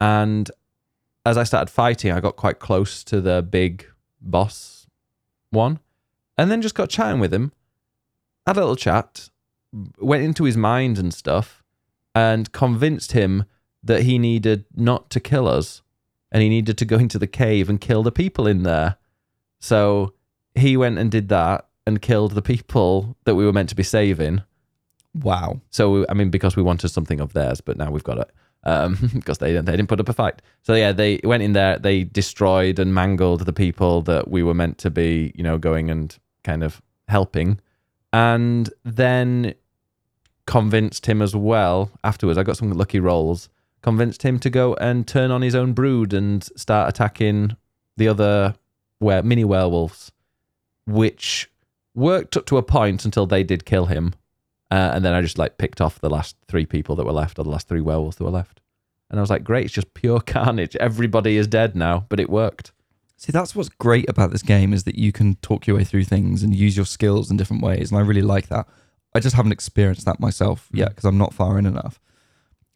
and as I started fighting, I got quite close to the big boss one, and then just got chatting with him. Had a little chat, went into his mind and stuff, and convinced him that he needed not to kill us, and he needed to go into the cave and kill the people in there. So he went and did that and killed the people that we were meant to be saving. Wow. So I mean, because we wanted something of theirs, but now we've got it um, because they didn't, they didn't put up a fight. So yeah, they went in there, they destroyed and mangled the people that we were meant to be, you know, going and kind of helping, and then convinced him as well. Afterwards, I got some lucky rolls. Convinced him to go and turn on his own brood and start attacking the other were mini werewolves, which worked up to a point until they did kill him. Uh, and then I just like picked off the last three people that were left, or the last three werewolves that were left. And I was like, great, it's just pure carnage. Everybody is dead now, but it worked. See, that's what's great about this game is that you can talk your way through things and use your skills in different ways, and I really like that. I just haven't experienced that myself Mm. yet because I'm not far in enough.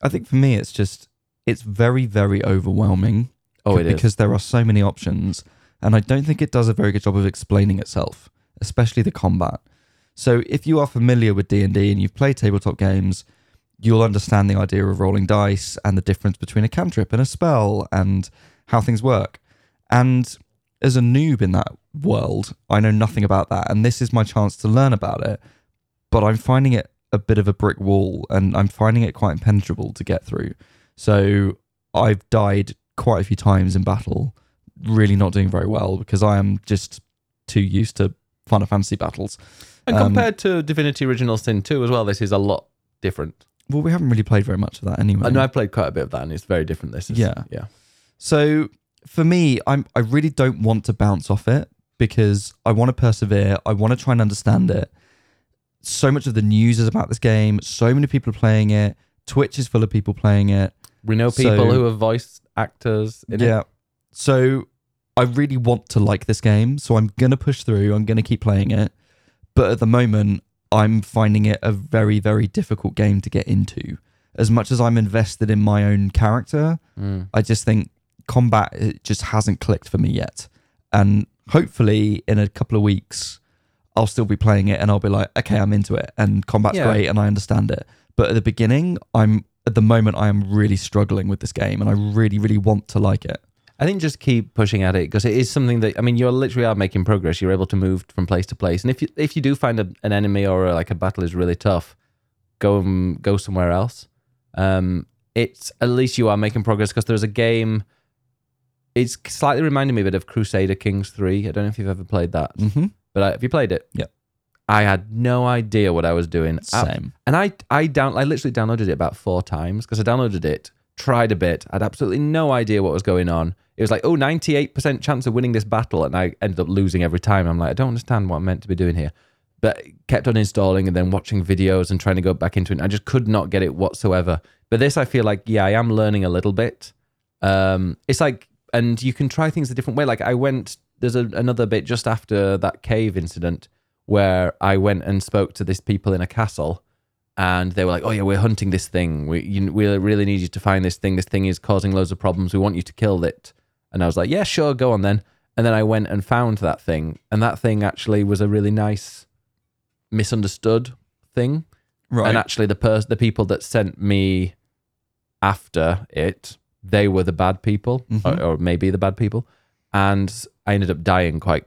I think for me, it's just it's very, very overwhelming. Oh, it is. because there are so many options, and I don't think it does a very good job of explaining itself, especially the combat. So, if you are familiar with D and D and you've played tabletop games, you'll understand the idea of rolling dice and the difference between a cantrip and a spell and how things work. And as a noob in that world, I know nothing about that, and this is my chance to learn about it. But I'm finding it a bit of a brick wall, and I'm finding it quite impenetrable to get through. So I've died quite a few times in battle, really not doing very well because I am just too used to Final Fantasy battles. And Um, compared to Divinity Original Sin 2 as well, this is a lot different. Well, we haven't really played very much of that anyway. I know I played quite a bit of that and it's very different. This is, Yeah. Yeah. So for me, I'm I really don't want to bounce off it because I want to persevere. I want to try and understand it. So much of the news is about this game. So many people are playing it. Twitch is full of people playing it. We know So- people who are voice actors in it. yeah. So I really want to like this game, so I'm gonna push through. I'm gonna keep playing it, but at the moment, I'm finding it a very, very difficult game to get into. As much as I'm invested in my own character, Mm. I just think combat it just hasn't clicked for me yet. And hopefully, in a couple of weeks, I'll still be playing it and I'll be like, okay, I'm into it, and combat's Yeah. great and I understand it. But at the beginning, I'm at the moment I am really struggling with this game, and I really, really want to like it. I think just keep pushing at it because it is something that I mean you literally are making progress. You're able to move from place to place, and if you if you do find a, an enemy or uh like a battle is really tough, go and go somewhere else. Um, it's at least you are making progress because there's a game. It's slightly reminding me a bit of Crusader Kings Three. I don't know if you've ever played that, Mm-hmm. but I, have you played it? Yeah. I had no idea what I was doing. Ab- Same. and I I down I literally downloaded it about four times because I downloaded it, tried a bit, I had absolutely no idea what was going on. It was like, oh, 98% chance of winning this battle, and I ended up losing every time. I'm like, I don't understand what I'm meant to be doing here. But kept on installing and then watching videos and trying to go back into it. And I just could not get it whatsoever. But this I feel like, yeah, I am learning a little bit. Um, it's like and you can try things a different way. Like I went there's a, another bit just after that cave incident where I went and spoke to these people in a castle and they were like, "Oh yeah, we're hunting this thing. We you, we really need you to find this thing. This thing is causing loads of problems. We want you to kill it." And I was like, "Yeah, sure, go on then." And then I went and found that thing, and that thing actually was a really nice, misunderstood thing. Right. And actually, the person, the people that sent me after it, they were the bad people, uh, Mhm. or, or maybe the bad people. And I ended up dying quite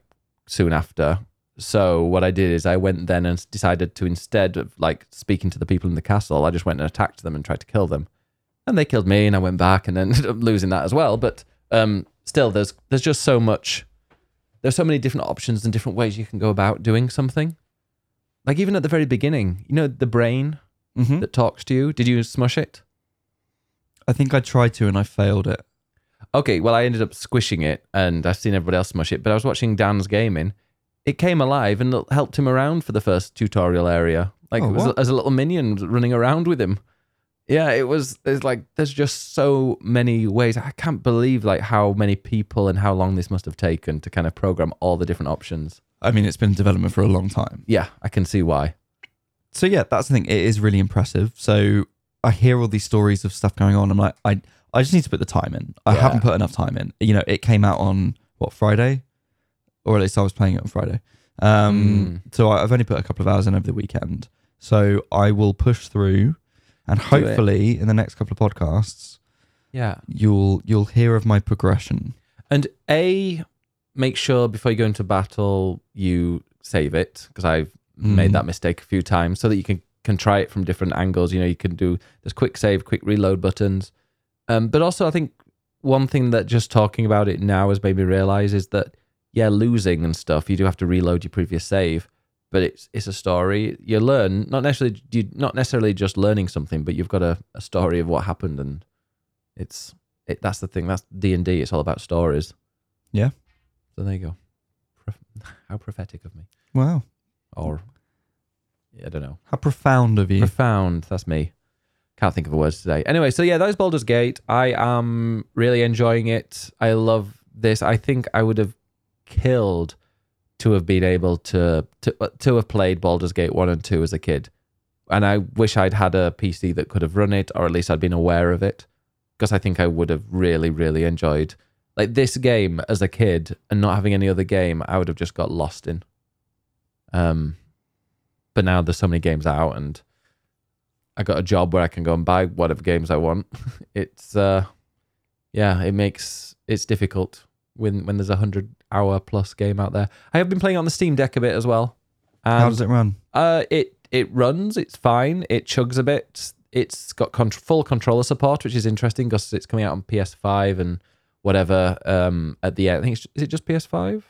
soon after. So what I did is I went then and decided to instead of like speaking to the people in the castle, I just went and attacked them and tried to kill them, and they killed me, and I went back and ended up losing that as well. But um, still, there's there's just so much. There's so many different options and different ways you can go about doing something. Like even at the very beginning, you know, the brain Mhm. that talks to you. Did you smush it? I think I tried to and I failed it. Okay, well, I ended up squishing it, and I've seen everybody else smush it. But I was watching Dan's gaming; it came alive and helped him around for the first tutorial area, like Oh, it was a, what? as a little minion running around with him. Yeah, it was. It's like there's just so many ways. I can't believe like how many people and how long this must have taken to kind of program all the different options. I mean, it's been in development for a long time. Yeah, I can see why. so yeah, that's the thing. It is really impressive. So I hear all these stories of stuff going on. I'm like, I I just need to put the time in. I Yeah. haven't put enough time in. You know, it came out on what Friday, or at least I was playing it on Friday. Hmm. Um, so I, I've only put a couple of hours in over the weekend. So I will push through, and Do it. hopefully in the next couple of podcasts, Yeah, you'll you'll hear of my progression. And A, make sure before you go into battle you save it because I've made Mm. that mistake a few times, so that you can can try it from different angles. You know, you can do there's quick save, quick reload buttons. Um, but also, I think one thing that just talking about it now has made me realize is that yeah, losing and stuff, you do have to reload your previous save. But it's it's a story. You learn not necessarily you not necessarily just learning something, but you've got a, a story of what happened, and it's it, that's the thing. That's D and D. It's all about stories. Yeah. So there you go. Pro- How prophetic of me, Wow, or I don't know. how profound of you! Profound. That's me. Can't think of the words today. Anyway, so yeah, that is Baldur's Gate. I am really enjoying it. I love this. I think I would have killed to have been able to to to have played Baldur's Gate one and two as a kid, and I wish I'd had a PC that could have run it, or at least I'd been aware of it, because I think I would have really really enjoyed like this game as a kid and not having any other game. I would have just got lost in. Um, but now there's so many games out and. I got a job where I can go and buy whatever games I want. It's uh yeah, it makes it's difficult when when there's a hundred hour plus game out there. I have been playing on the Steam Deck a bit as well. And, How does it run? Uh, it it runs. It's fine. It chugs a bit. It's got con- full controller support, which is interesting because it's coming out on PS5 and whatever. Um, at the end, I think it's, is it just PS5?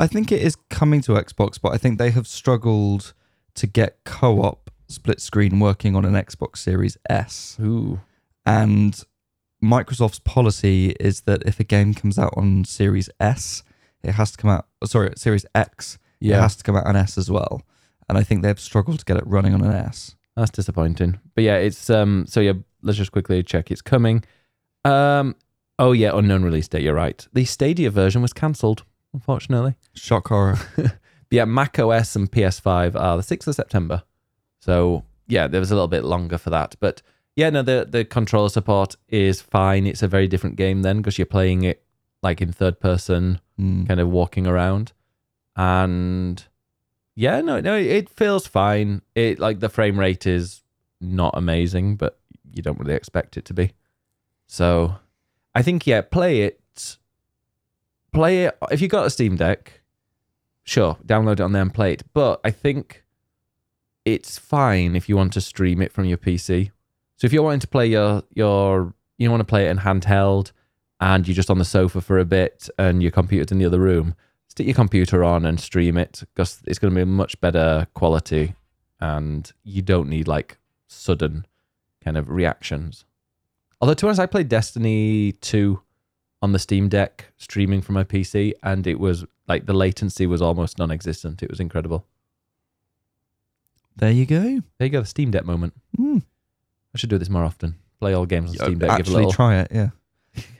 I think it is coming to Xbox, but I think they have struggled to get co-op split screen working on an Xbox Series S. Ooh, And Microsoft's policy is that if a game comes out on Series S, it has to come out sorry, Series X, it yeah, has to come out on S as well. And I think they've struggled to get it running on an S. that's disappointing. But yeah, it's um. So yeah, let's just quickly check. It's coming. Um. Oh yeah, unknown release date. You're right. The Stadia version was cancelled, unfortunately. Shock horror. yeah, Mac OS and PS5 are the 6th of September. So, yeah, there was a little bit longer for that. But yeah, no, the, the controller support is fine. It's a very different game then because you're playing it like in third person, Mm. kind of walking around. And yeah, no, no, it feels fine. It like the frame rate is not amazing, but you don't really expect it to be. So, I think yeah, play it. Play it if you got a Steam Deck. Sure, download it on there and play it. But I think it's fine if you want to stream it from your PC. So if you're wanting to play your your you want to play it in handheld, and you're just on the sofa for a bit, and your computer's in the other room, stick your computer on and stream it because it's going to be much better quality, and you don't need like sudden kind of reactions. Although, to be honest, I played Destiny 2 on the Steam Deck streaming from my PC, and it was like the latency was almost non existent. It was incredible. There you go. There you go, the Steam Deck moment. Mm. I should do this more often. Play all games on Steam Deck. Give a Actually little. try it, yeah.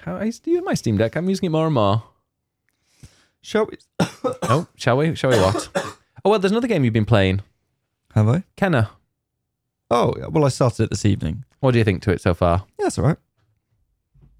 How, I used to use my Steam Deck. I'm using it more and more. Shall we No, Oh, shall we? Shall we what? oh, well, there's another game you've been playing. have I? Kenna. Oh well I started it this evening. What do you think to it so far? Yeah, that's all right.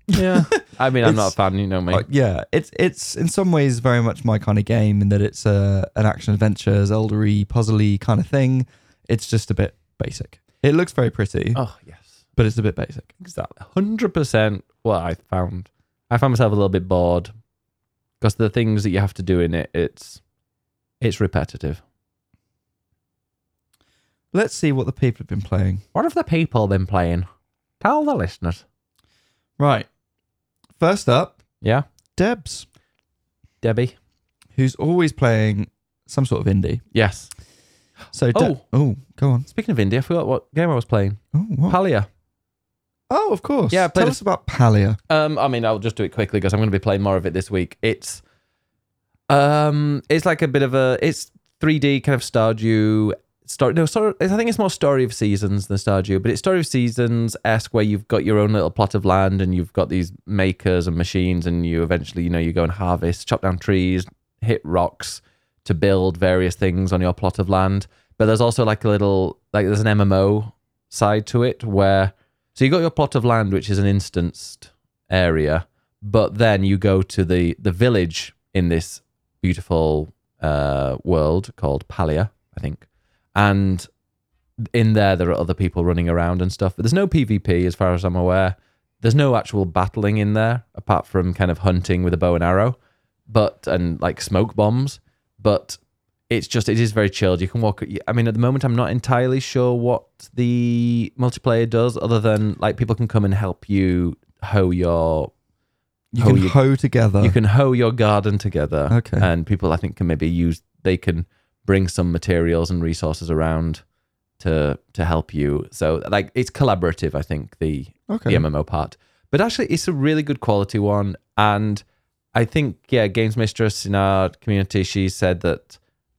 Yeah. I mean, I'm not a It's- fan, you know me. Like, yeah, it's it's in some ways very much my kind of game in that it's a an action adventure, Zelda-y, puzzly kind of thing. It's just a bit basic. It looks very pretty, oh, yes. but it's a bit basic. Exactly. 100% what I found. I found myself a little bit bored because the things that you have to do in it, it's it's repetitive. Let's see what the people have been playing. What have the people been playing? Tell the listeners. Right. First up, Yeah. Debs, Debbie. who's always playing some sort of indie. Yes. So Deb- oh, go on. Speaking of India, I forgot what game I was playing. Oh, what? Palia. oh, of course. Yeah, I played Tell a- us about Palia. Um, I mean, I'll just do it quickly because I'm going to be playing more of it this week. It's, um, it's like a bit of a it's 3D kind of Stardew story. No, sort of- I think it's more Story of Seasons than Stardew, but it's Story of Seasons esque where you've got your own little plot of land and you've got these makers and machines, and you eventually, you know, you go and harvest, chop down trees, hit rocks to build various things on your plot of land. But there's also like a little like there's an MMO side to it where so you got your plot of land which is an instanced area, but then you go to the the village in this beautiful uh, world called Palia, I think, and in there there are other people running around and stuff. But there's no PvP as far as I'm aware. There's no actual battling in there apart from kind of hunting with a bow and arrow, but and like smoke bombs. But it's just it is very chilled. You can walk. I mean, at the moment I'm not entirely sure what the multiplayer does, other than like people can come and help you hoe your You Hoe can Oh, you- hoe together. you can hoe your garden together. Uh. Okay. And people, I think, can maybe use, they can bring some materials and resources around to to help you. So, like, it's collaborative, I think, the, okay. the MMO part. But actually, it's a really good quality one. And I think, yeah, Games Mistress in our community, she said that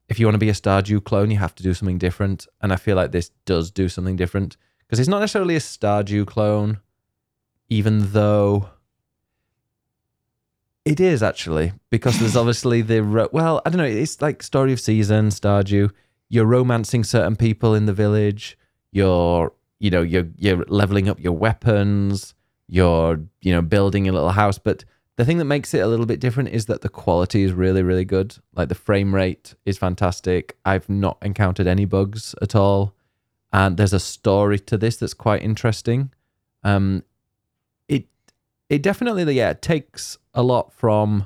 if you want to be a Stardew clone, you have to do something different. And I feel like this does do something different because it's not necessarily a Stardew clone, even though it is actually because there's obviously the ro- well, I don't know. It's like Story of Season, Stardew. You're romancing certain people in the village. You're you know you're you're leveling up your weapons. You're you know building a little house, but the thing that makes it a little bit different is that the quality is really, really good. Like the frame rate is fantastic. I've not encountered any bugs at all. And there's a story to this that's quite interesting. Um, it it definitely yeah it takes a lot from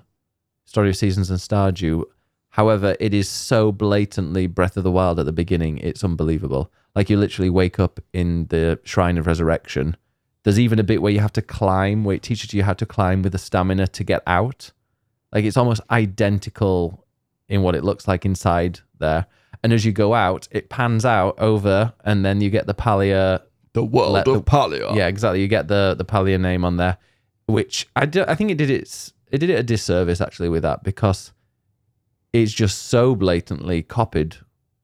Story of Seasons and Stardew. However, it is so blatantly Breath of the Wild at the beginning; it's unbelievable. Like you literally wake up in the Shrine of Resurrection. There's even a bit where you have to climb, where it teaches you how to climb with the stamina to get out. Like it's almost identical in what it looks like inside there. And as you go out, it pans out over, and then you get the Palia The world Let of the- Palio. yeah, exactly. You get the the Palia name on there, which I do, I think it did its it did it a disservice actually with that because it's just so blatantly copied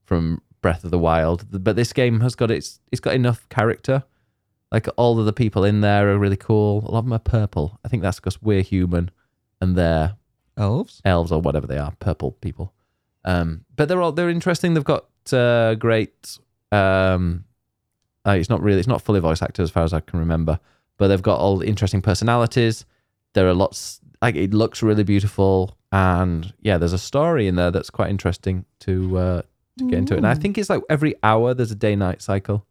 from Breath of the Wild. But this game has got its it's got enough character. Like all of the people in there are really cool. A lot of them are purple. I think that's because we're human and they're Elves. elves or whatever they are, purple people. Um, but they're all they're interesting. They've got uh, great. Um, uh, it's not really it's not fully voice actors as far as I can remember, but they've got all the interesting personalities. There are lots like it looks really beautiful, and yeah, there's a story in there that's quite interesting to uh, to get into it. And I think it's like every hour there's a day night cycle.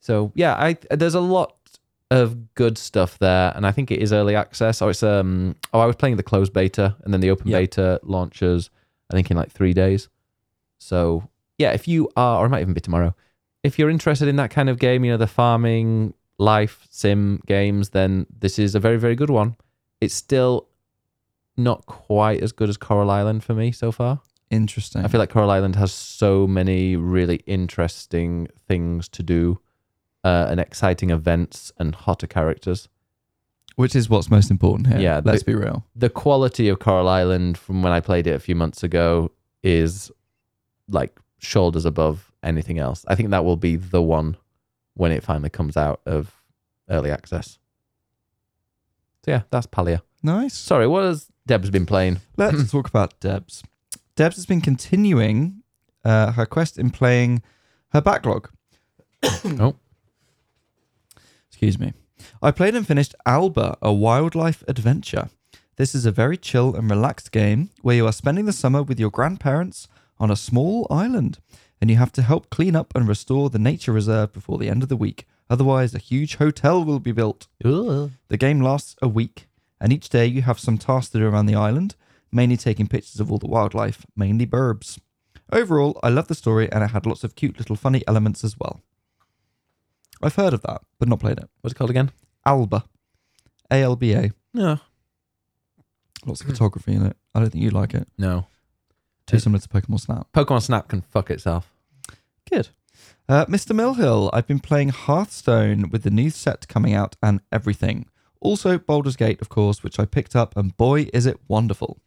So yeah, I there's a lot of good stuff there, and I think it is early access. Oh, it's um oh I was playing the closed beta, and then the open Yeah. beta launches I think in like three days. So yeah, if you are, or it might even be tomorrow, if you're interested in that kind of game, you know the farming life sim games, then this is a very very good one. It's still not quite as good as Coral Island for me so far. Interesting. I feel like Coral Island has so many really interesting things to do, uh, and exciting events and hotter characters. Which is what's most important here. Yeah, Let's but- be real. The quality of Coral Island from when I played it a few months ago is like shoulders above anything else. I think that will be the one when it finally comes out of early access. So yeah, that's Palia. Nice. Sorry, what has Deb's been playing? Let's talk about Debs. Debs has been continuing uh, her quest in playing her backlog. Oh. Excuse me. I played and finished Alba, a wildlife adventure. This is a very chill and relaxed game where you are spending the summer with your grandparents on a small island and you have to help clean up and restore the nature reserve before the end of the week. Otherwise, a huge hotel will be built. The game lasts a week, and each day you have some tasks to do around the island, mainly taking pictures of all the wildlife, mainly burbs. Overall, I love the story and it had lots of cute little funny elements as well. I've heard of that, but not played it. What's it called again? Alba. A L B A. No. Lots of photography in it. I don't think you'd like it. No. Too similar to Pokemon Snap. Pokemon Snap can fuck itself. Good. Uh, Mr. Millhill, I've been playing Hearthstone with the new set coming out and everything. Also, Baldur's Gate, of course, which I picked up, and boy, is it wonderful.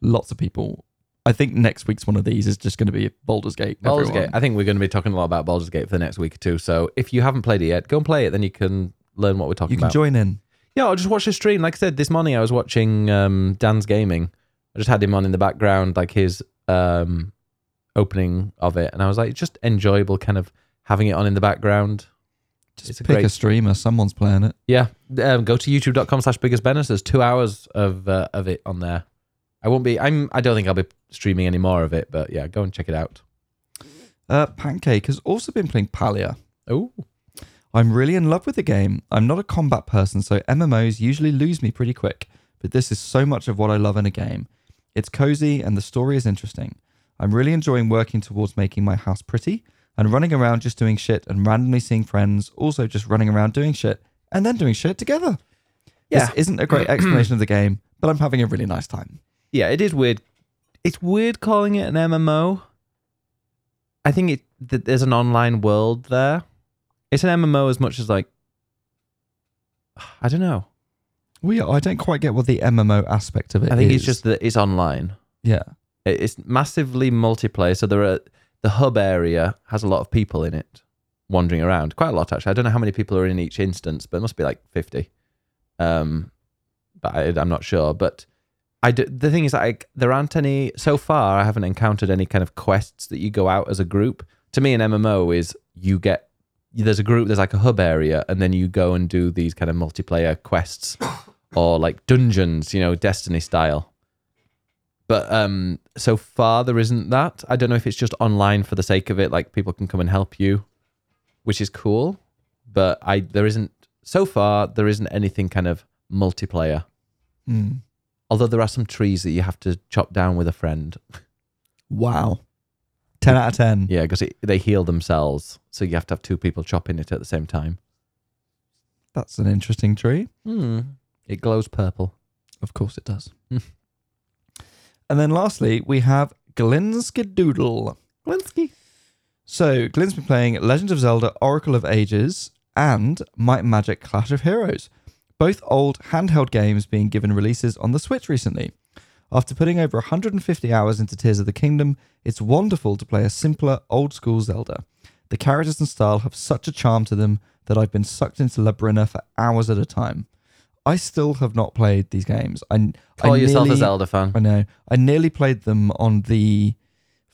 Lots of people. I think next week's one of these is just going to be Baldur's Gate. Baldur's everyone. Gate. I think we're going to be talking a lot about Baldur's Gate for the next week or two. So if you haven't played it yet, go and play it. Then you can learn what we're talking You can about. join in. yeah, I'll just watch the stream. Like I said, this morning I was watching um, Dan's gaming. I just had him on in the background, like his um, opening of it, and I was like, just enjoyable, kind of having it on in the background. Just It's a pick great- a streamer. Someone's playing it. Yeah, um, go to youtube.com slash biggest Bennis. There's two hours of uh, of it on there. I won't be. I'm. I don't think I'll be streaming any more of it. But yeah, go and check it out. Uh, Pancake has also been playing Palia. Oh, I'm really in love with the game. I'm not a combat person, so MMOs usually lose me pretty quick, but this is so much of what I love in a game. It's cozy and the story is interesting. I'm really enjoying working towards making my house pretty and running around just doing shit and randomly seeing friends, also just running around doing shit and then doing shit together. yeah. This isn't a great explanation of the game, but I'm having a really nice time. yeah, it is weird. It's weird calling it an MMO. I think it that there's an online world there. It's an MMO as much as like I don't know. We I don't quite get what the MMO aspect of it is. I think it's just that it's online. yeah. It- It's massively multiplayer, so there are the hub area has a lot of people in it wandering around. Quite a lot actually. I don't know how many people are in each instance, but it must be like 50. Um but I, I'm not sure, but I d- the thing is like there aren't any so far I haven't encountered any kind of quests that you go out as a group. To me an MMO is you get there's a group there's like a hub area and then you go and do these kind of multiplayer quests or like dungeons, you know, Destiny style. But um so far there isn't that. I don't know if it's just online for the sake of it like people can come and help you, which is cool, but I there isn't so far there isn't anything kind of multiplayer. Mm. Although there are some trees that you have to chop down with a friend. Wow. 10 out of 10. Yeah, because they heal themselves, so you have to have two people chopping it at the same time. That's an interesting tree. It glows purple. Of course it does. Hmm. and then lastly, we have Glinskadoodle. Glinsky. So Glyn's been playing Legend of Zelda Oracle of Ages and Might and Magic Clash of Heroes, both old handheld games being given releases on the Switch recently. After putting over 150 hours into Tears of the Kingdom, it's wonderful to play a simpler, old school Zelda. The characters and style have such a charm to them that I've been sucked into Labyrinth for hours at a time. I still have not played these games. I, Call I yourself a nearly- Zelda fan. I know. I nearly played them on the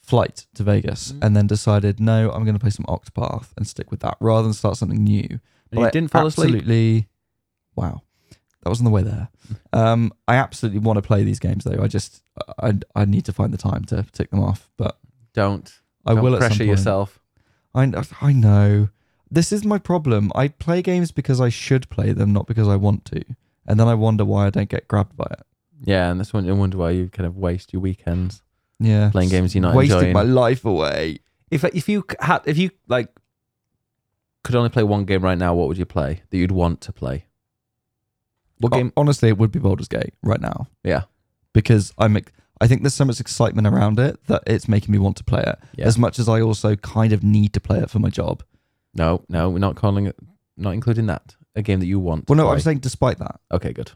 flight to Vegas Mm-hmm. and then decided, no, I'm going to play some Octopath and stick with that rather than start something new. you didn't fall asleep? Absolutely. Wow. That was on the way there. Um, I absolutely want to play these games though. I just, I, I need to find the time to tick them off, but Don't. I don't will at some pressure point. yourself. I, I know. This is my problem. I play games because I should play them, not because I want to. And then I wonder why I don't get grabbed by it. Yeah, and this one you wonder why you kind of waste your weekends Yeah. playing games you're not Wasting enjoying. my life away. if if you c- had if you like could only play one game right now, what would you play that you'd want to play? What Ho- game? Honestly, it would be Baldur's Gate right now Yeah, because I'm. ex- I think there's so much excitement around it that it's making me want to play it. Yeah. As much as I also kind of need to play it for my job. no, no, we're not calling it, not including that. A game that you want. Well, to no, I'm play. saying despite that, okay, good.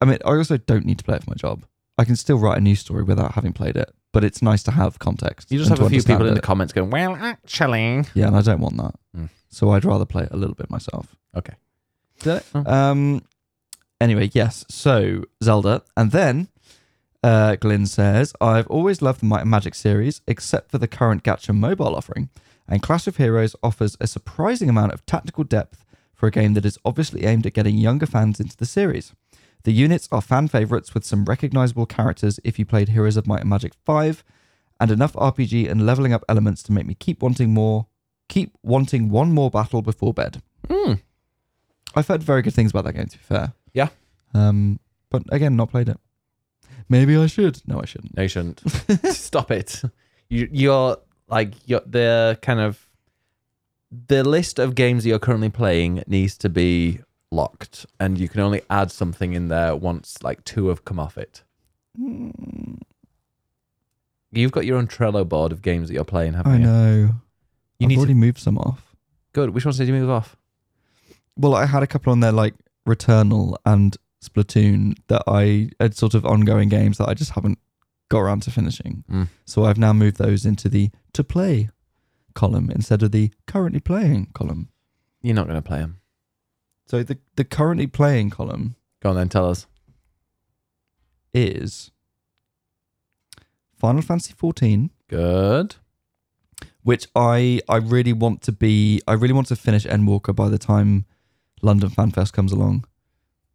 I mean, I also don't need to play it for my job. I can still write a news story without having played it, but it's nice to have context. You just and have to a few people understand in the it. comments going, "Well, actually, yeah, and I don't want that. Mm. So I'd rather play it a little bit myself. okay." Um. Anyway, yes. So Zelda, and then uh, Glyn says, "I've always loved the Might and Magic series, except for the current Gacha mobile offering. And Clash of Heroes offers a surprising amount of tactical depth for a game that is obviously aimed at getting younger fans into the series. The units are fan favorites with some recognizable characters if you played Heroes of Might and Magic Five, and enough RPG and leveling up elements to make me keep wanting more. Keep wanting one more battle before bed." Hmm. I've heard very good things about that game. To be fair, Yeah. Um, but again, not played it. Maybe I should. No, I shouldn't. No, you shouldn't. Stop it. You, you're like you're, the kind of the list of games that you're currently playing needs to be locked, and you can only add something in there once like two have come off it. Mm, You've got your own Trello board of games that you're playing, haven't I you? know. You I've need already to moved some off. good. Which ones did you move off? Well, I had a couple on there like Returnal and Splatoon that I had sort of ongoing games that I just haven't got around to finishing. Mm. So I've now moved those into the to play column instead of the currently playing column. You're not going to play them. So the the currently playing column Go on then, tell us. is Final Fantasy 14, Good. which I I really want to be I really want to finish Endwalker by the time London FanFest comes along,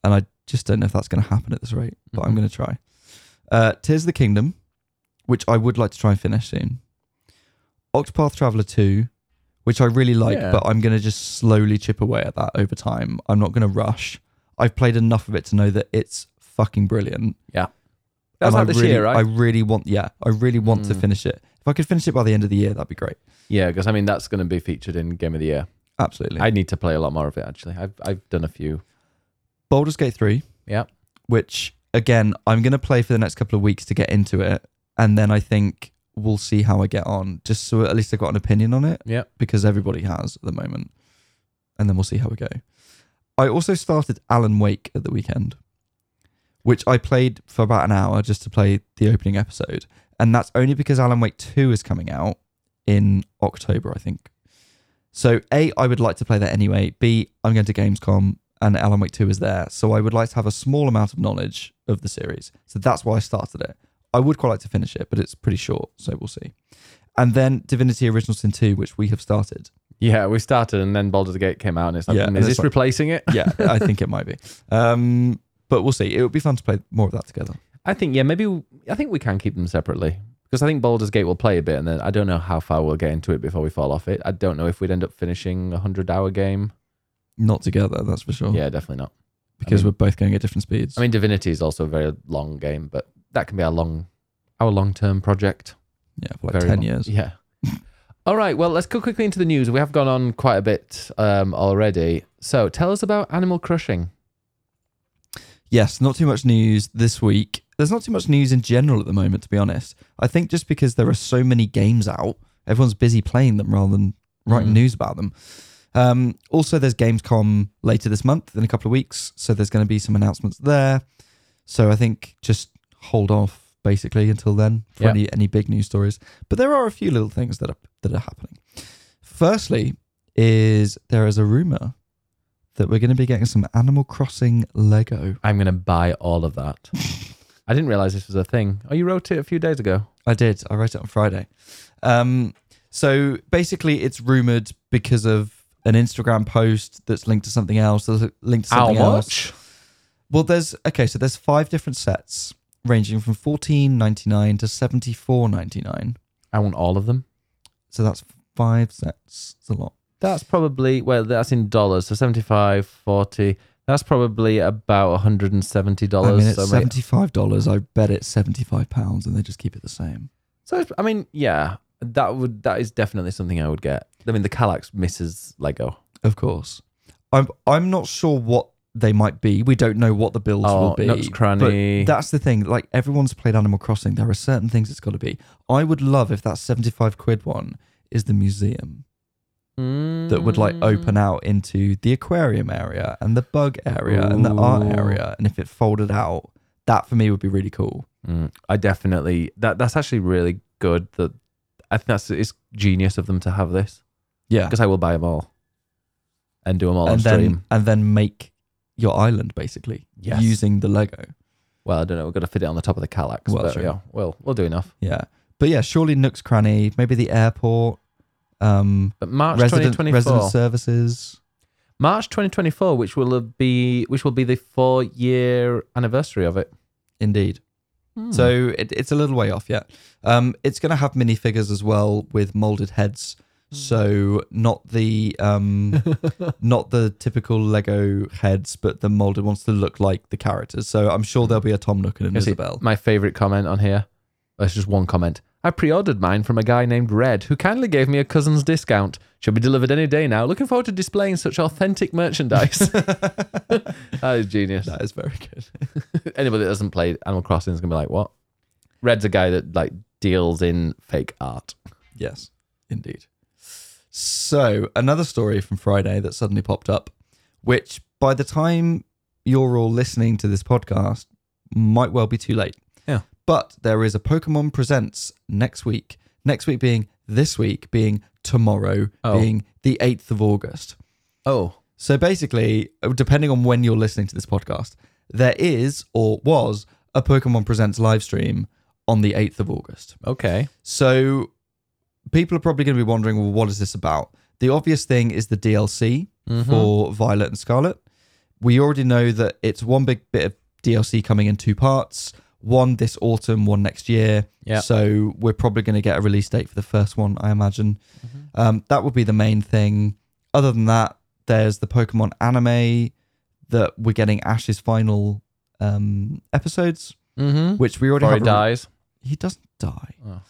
and I just don't know if that's going to happen at this rate, but I'm Mhm. going to try. Uh, Tears of the Kingdom, which I would like to try and finish soon. Octopath Traveler 2, which I really like, Yeah. but I'm going to just slowly chip away at that over time. I'm not going to rush. I've played enough of it to know that it's fucking brilliant. That's And not I this really- year, right? I really want, yeah, I really want to Mm. finish it. If I could finish it by the end of the year, that'd be great. Yeah, because I mean that's going to be featured in Game of the Year. Absolutely. I need to play a lot more of it actually. I've I've done a few. Baldur's Gate 3, Yeah. which again, I'm going to play for the next couple of weeks to get into it. And then I think we'll see how I get on, just so at least I've got an opinion on it Yeah. because everybody has at the moment. And then we'll see how we go. I also started Alan Wake at the weekend, which I played for about an hour just to play the opening episode. And that's only because Alan Wake 2 is coming out in October, I think. So, A, I would like to play that anyway. B, I'm going to Gamescom and Alan Wake 2 is there. So, I would like to have a small amount of knowledge of the series. So, that's why I started it. I would quite like to finish it, but it's pretty short. So, we'll see. And then Divinity Original Sin 2, which we have started. Yeah, we started and then Baldur's Gate came out and it's like, Yeah, mm, and is it's this like- replacing it? yeah, I think it might be. Um, but we'll see. It would be fun to play more of that together. I think yeah, maybe I think we can keep them separately because I think Baldur's Gate will play a bit and then I don't know how far we'll get into it before we fall off it. I don't know if we'd end up finishing a hundred hour game not together, that's for sure. Yeah, definitely not. because I mean- we're both going at different speeds. I mean, Divinity is also a very long game, but that can be our long, our long-term project. yeah, for like Very ten long- years. Yeah. All right. Well, let's go quickly into the news. We have gone on quite a bit um, already. So tell us about animal crushing. Yes, not too much news this week. There's not too much news in general at the moment, to be honest. I think just because there are so many games out, everyone's busy playing them rather than writing Mm. news about them. Um, also, there's Gamescom later this month in a couple of weeks, so there's going to be some announcements there. So I think just hold off basically until then for Yeah. any any big news stories. But there are a few little things that are that are happening. Firstly, is there is a rumor that we're going to be getting some Animal Crossing Lego. I'm going to buy all of that. I didn't realize this was a thing. Oh, you wrote it a few days ago. I did. I wrote it on Friday. Um, so basically, it's rumored because of an Instagram post that's linked to something else. That's linked to something else. Well, there's okay. So there's five different sets ranging from fourteen ninety nine to seventy four ninety nine. I want all of them. So that's five sets. It's a lot. That's probably, well, that's in dollars. So 75, 40. That's probably about $170. I mean, it's so, maybe- seventy five dollars. I bet it's seventy five pounds, and they just keep it the same. so, it's- I mean, yeah, that would that is definitely something I would get. I mean, the Kallax misses Lego. Of course. I'm I'm not sure what they might be. We don't know what the builds Oh, will be. Knox Cranny. But that's the thing. Like everyone's played Animal Crossing. There are certain things it's got to be. I would love if that 75 quid one is the museum that would like open Mm. out into the aquarium area and the bug area and the art Ooh. area. And if it folded out, that for me would be really cool. Mm, I definitely that that's actually really good. That I think that's it's genius of them to have this Yeah. because I will buy them all and do them all on And then stream. and then make your island basically Yes. using the Lego. Well, I don't know. We've got to fit it on the top of the Kallax, Well, but true. yeah, we'll we'll do enough. Yeah. But yeah, surely Nooks Cranny, maybe the airport, um, But March resident, 2024, resident services. March 2024, which will be which will be the four year anniversary of it. Indeed. So it, it's a little way off yet. Um, it's going to have minifigures as well with molded heads. So not the um, not the typical Lego heads, but the molded ones to look like the characters. So I'm sure there'll be a Tom Nook and an You'll see Isabel. my favorite comment on here. That's just one comment. I pre-ordered mine from a guy named Red, who kindly gave me a cousin's discount. Should be delivered any day now. Looking forward to displaying such authentic merchandise. that is genius. That is very good. Anybody that doesn't play Animal Crossing is gonna be like, "What?" Red's a guy that like deals in fake art. Yes, indeed. So, another story from Friday that suddenly popped up, which by the time you're all listening to this podcast, might well be too late. Yeah. But there is a Pokemon Presents next week. Next week being this week, being tomorrow, Oh. being the 8th of August. Oh, So basically, depending on when you're listening to this podcast, there is or was a Pokemon Presents live stream on the 8th of August. okay. So people are probably going to be wondering, well, what is this about? The obvious thing is the DLC Mm-hmm. for Violet and Scarlet. We already know that it's one big bit of DLC coming in two parts. One this autumn, one next year. Yeah. So we're probably going to get a release date for the first one, I imagine. Mm-hmm. Um, that would be the main thing. Other than that, there's the Pokemon anime that we're getting Ash's final um, episodes, Mm-hmm. which we already Before he have. a- dies. he doesn't die. Oh.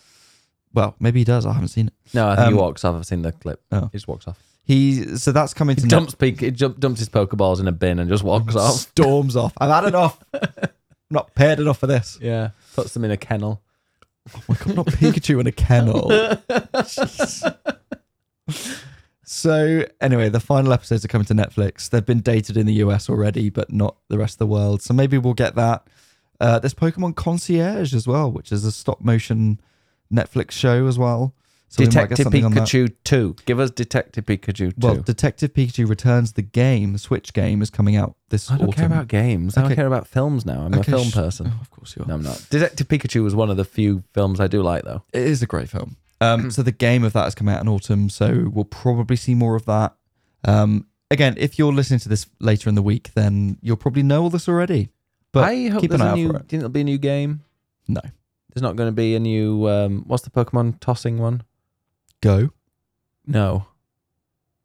Well, maybe he does. I haven't seen it. No, I think he Um, walks off. I've seen the clip. Oh. He just walks off. He so that's coming to He dumps, pe- he jump, dumps his Pokeballs in a bin and just walks off. storms off. I've had enough. I'm not paid enough for this. Yeah. Puts them in a kennel. Oh my God, not Pikachu in a kennel. Jeez. So anyway, the final episodes are coming to Netflix. They've been dated in the US already, but not the rest of the world. So maybe we'll get that. Uh, there's Pokemon Concierge as well, which is a stop motion Netflix show as well. So we might get Detective something on that. Pikachu 2. Give us Detective Pikachu 2. Well, Detective Pikachu Returns the game, Switch game, is coming out this I don't autumn. care about games. I don't Okay. care about films now. I'm Okay, a film sh- person. Oh, of course you are. No, I'm not. Detective Pikachu was one of the few films I do like, though. It is a great film. Um, so the game of that has come out in autumn, so we'll probably see more of that. Um, again, if you're listening to this later in the week, then you'll probably know all this already. But I hope keep there's an eye a out new. Do for you it. think there'll be a new game? No, There's not going to be a new. Um, what's the Pokemon tossing one? go No.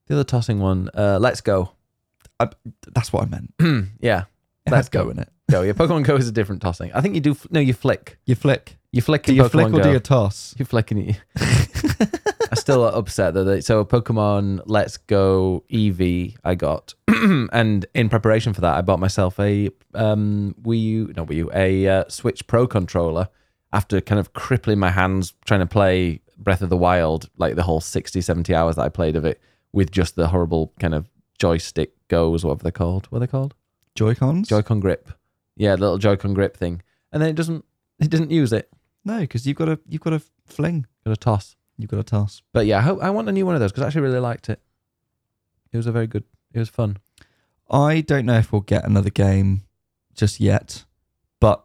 The other tossing one. Uh, Let's Go. I, that's what I meant. yeah. It Let's has go in it. Go. Yeah, Pokemon Go is a different tossing. I think you do. F- no, you flick. You flick. You flick. Do in you Pokemon flick or Go. do you toss? You flicking it. I'm still upset that they, so Pokemon Let's Go Eevee I got, and in preparation for that, I bought myself a um Wii U, not Wii U, a uh, Switch Pro controller. After kind of crippling my hands trying to play Breath of the Wild, like the whole 60, 70 hours that I played of it with just the horrible kind of joystick goes, whatever they're called. What are they called? Joy cons? Joy-Con grip. Yeah, the little Joy-Con grip thing. And then it doesn't, it doesn't use it. no, because you've got to you've got to fling. Got a toss. You've got to toss. But yeah, I, hope, I want a new one of those because I actually really liked it. It was a very good. It was fun. I don't know if we'll get another game just yet, but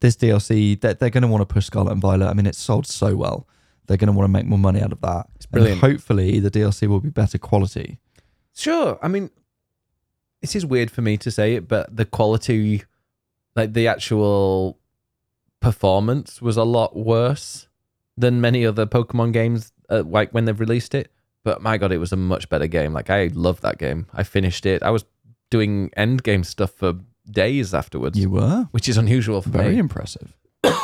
this DLC they're, they're going to want to push Scarlet and Violet. I mean, it's sold so well. They're going to want to make more money out of that. It's And brilliant. hopefully, the DLC will be better quality. sure, I mean, this is weird for me to say it, but the quality, like the actual performance, was a lot worse than many other Pokemon games. Uh, like when they've released it, but my god, it was a much better game. Like I loved that game. I finished it. I was doing end game stuff for days afterwards, You were which is unusual for very me. impressive.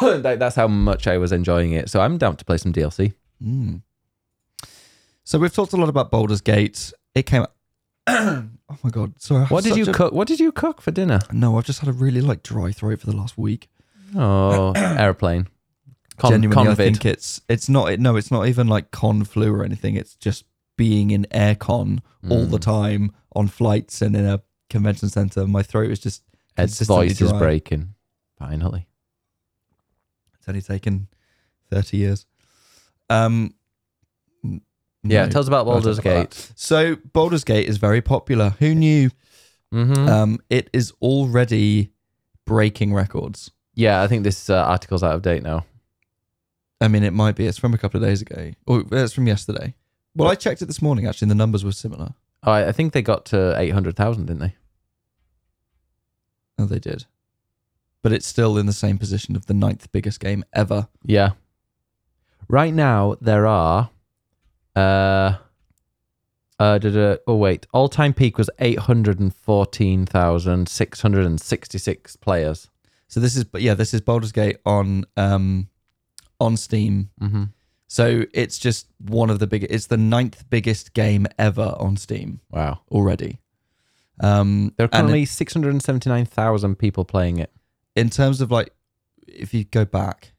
like, that's how much I was enjoying it. So I'm down to play some DLC. Mm. So we've talked a lot about Baldur's Gate. It came. out- oh my god! Sorry. I had What did such you a- cook? What did you cook for dinner? No, I've just had a really like dry throat for the last week. Oh, airplane. Con, Genuinely, I convid. think it's it's not it, no, it's not even like con flu or anything. It's just being in aircon all Mm. the time on flights and in a convention center. My throat is just Ed's consistently voice is dry. breaking. Finally. It's only taken thirty years. Um. n- Yeah, no. tell us about I'll talk Baldur's about Gate. So Baldur's Gate is very popular. Who Mm. knew? hmm Um, it is already breaking records. yeah, I think this uh, article's out of date now. I mean, it might be. It's from a couple of days ago. Or it's from yesterday. Well, I checked it this morning, actually, and the numbers were similar. Oh, I, I think they got to 800,000, didn't they? Oh, they did. But it's still in the same position of the ninth biggest game ever. Yeah. Right now, there are. Uh, uh, duh, duh, oh, wait. All time peak was 814,666 players. So this is, but yeah, this is Baldur's Gate on um, on Steam. Mm-hmm. So it's just one of the big. It's the ninth biggest game ever on Steam Wow. already. Um, There are and currently 679,000 people playing it. in terms of like if you go back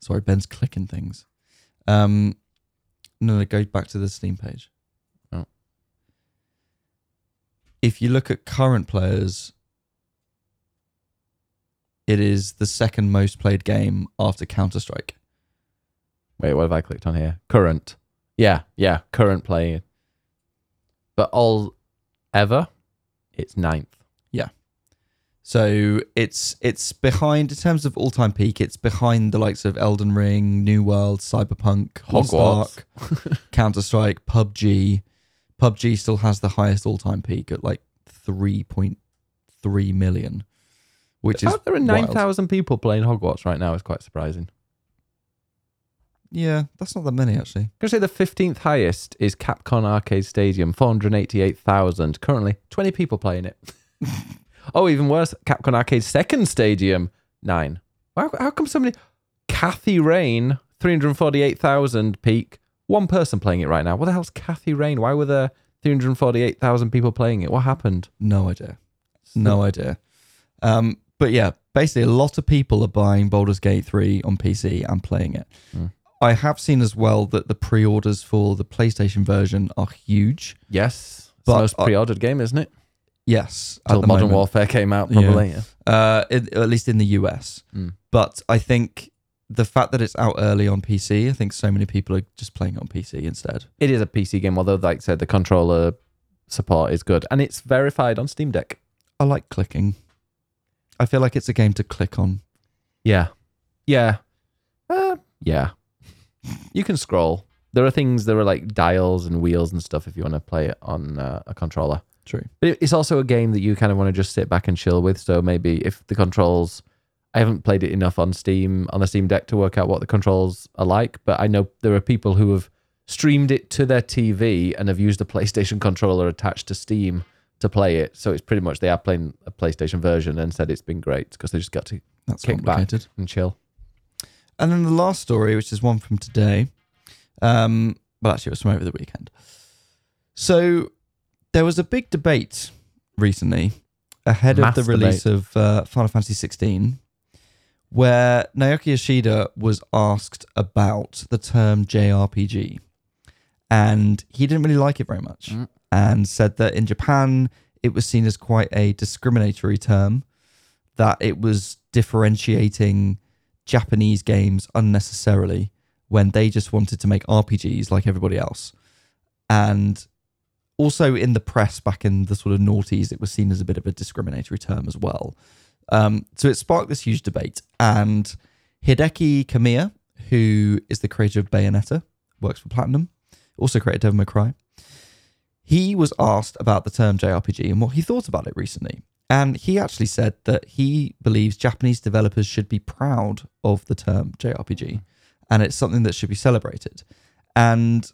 sorry ben's clicking things um no no go back to the steam page Oh. if you look at current players it is the second most played game after counter-strike Wait, what have I clicked on here? Current. Yeah, yeah, current playing. But all ever, it's ninth. so it's it's behind in terms of all-time peak it's behind the likes of elden ring new world cyberpunk Lost Hogwarts. Ark, Counter Strike, PUBG. PUBG still has the highest all time peak at like 3.3 million, which The is fact Oh, there are wild. 9,000 people playing Hogwarts right now is quite surprising. Yeah, that's not that many actually. I'm going to say the 15th highest is Capcom Arcade Stadium, 488,000. Currently, 20 people playing it. oh, even worse, Capcom Arcade Second Stadium, 9. Wow, how come so many? Kathy Rain, 348,000 peak. One person playing it right now. What the hell's Kathy Rain? Why were there 348,000 people playing it? What happened? No idea. No idea. Um, but yeah, basically, a lot of people are buying Baldur's Gate 3 on PC and playing it. I have seen as well that the pre orders for the PlayStation version are huge. Yes. It's But the most I- pre ordered game, isn't it? Yes. at Until the Modern moment. Warfare came out, probably Yeah. later. uh, in, at least in the US. Mm. But I think the fact that it's out early on PC, I think so many people are just playing it on PC instead. It is a PC game, although, like I said, the controller support is good and it's verified on Steam Deck. I like clicking. I feel like it's a game to click on. Yeah. Yeah. Uh, yeah. you can scroll. There are things, there are like dials and wheels and stuff if you want to play it on uh, a controller. True. But it- it's also a game that you kind of want to just sit back and chill with. So maybe if the controls, I haven't played it enough on Steam on the Steam Deck to work out what the controls are like. But I know there are people who have streamed it to their TV and have used a PlayStation controller attached to Steam to play it. So it's pretty much they are playing a PlayStation version and said it's been great because they just got to That's kick back complicated. and chill. And then the last story, which is one from today. Um, well, actually, it was from over the weekend. So there was a big debate recently ahead Mass of the release of uh, Final Fantasy 16, where Naoki Yoshida was asked about the term JRPG, and he didn't really like it very much, Mm. and said that in Japan it was seen as quite a discriminatory term, that it was differentiating Japanese games unnecessarily when they just wanted to make RPGs like everybody else. And also in the press back in the sort of noughties, it was seen as a bit of a discriminatory term as well. Um, so it sparked this huge debate. And Hideki Kamiya, who is the creator of Bayonetta, works for Platinum, also created Devil May Cry, he was asked about the term JRPG and what he thought about it recently. And he actually said that he believes Japanese developers should be proud of the term JRPG and it's something that should be celebrated. And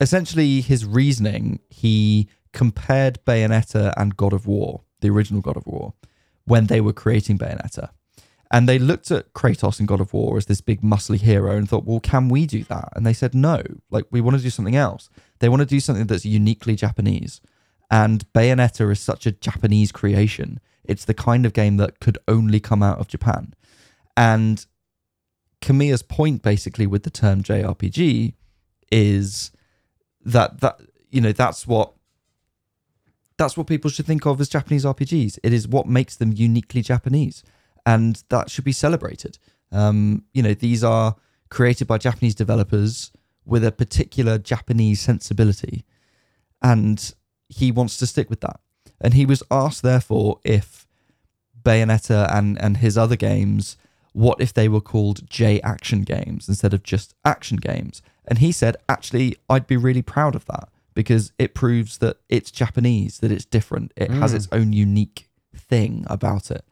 essentially, his reasoning, he compared Bayonetta and God of War, the original God of War, when they were creating Bayonetta. And they looked at Kratos in God of War as this big muscly hero and thought, well, can we do that? And they said, no, like we want to do something else. They want to do something that's uniquely Japanese. And Bayonetta is such a Japanese creation. It's the kind of game that could only come out of Japan. And Kamiya's point basically with the term JRPG is that that you know that's what that's what people should think of as Japanese RPGs. It is what makes them uniquely Japanese, and that should be celebrated. Um, you know, these are created by Japanese developers with a particular Japanese sensibility, and he wants to stick with that. And he was asked, therefore, if Bayonetta and and his other games, what if they were called J action games instead of just action games? And he said, actually, I'd be really proud of that because it proves that it's Japanese, that it's different, it has Mm. its own unique thing about it.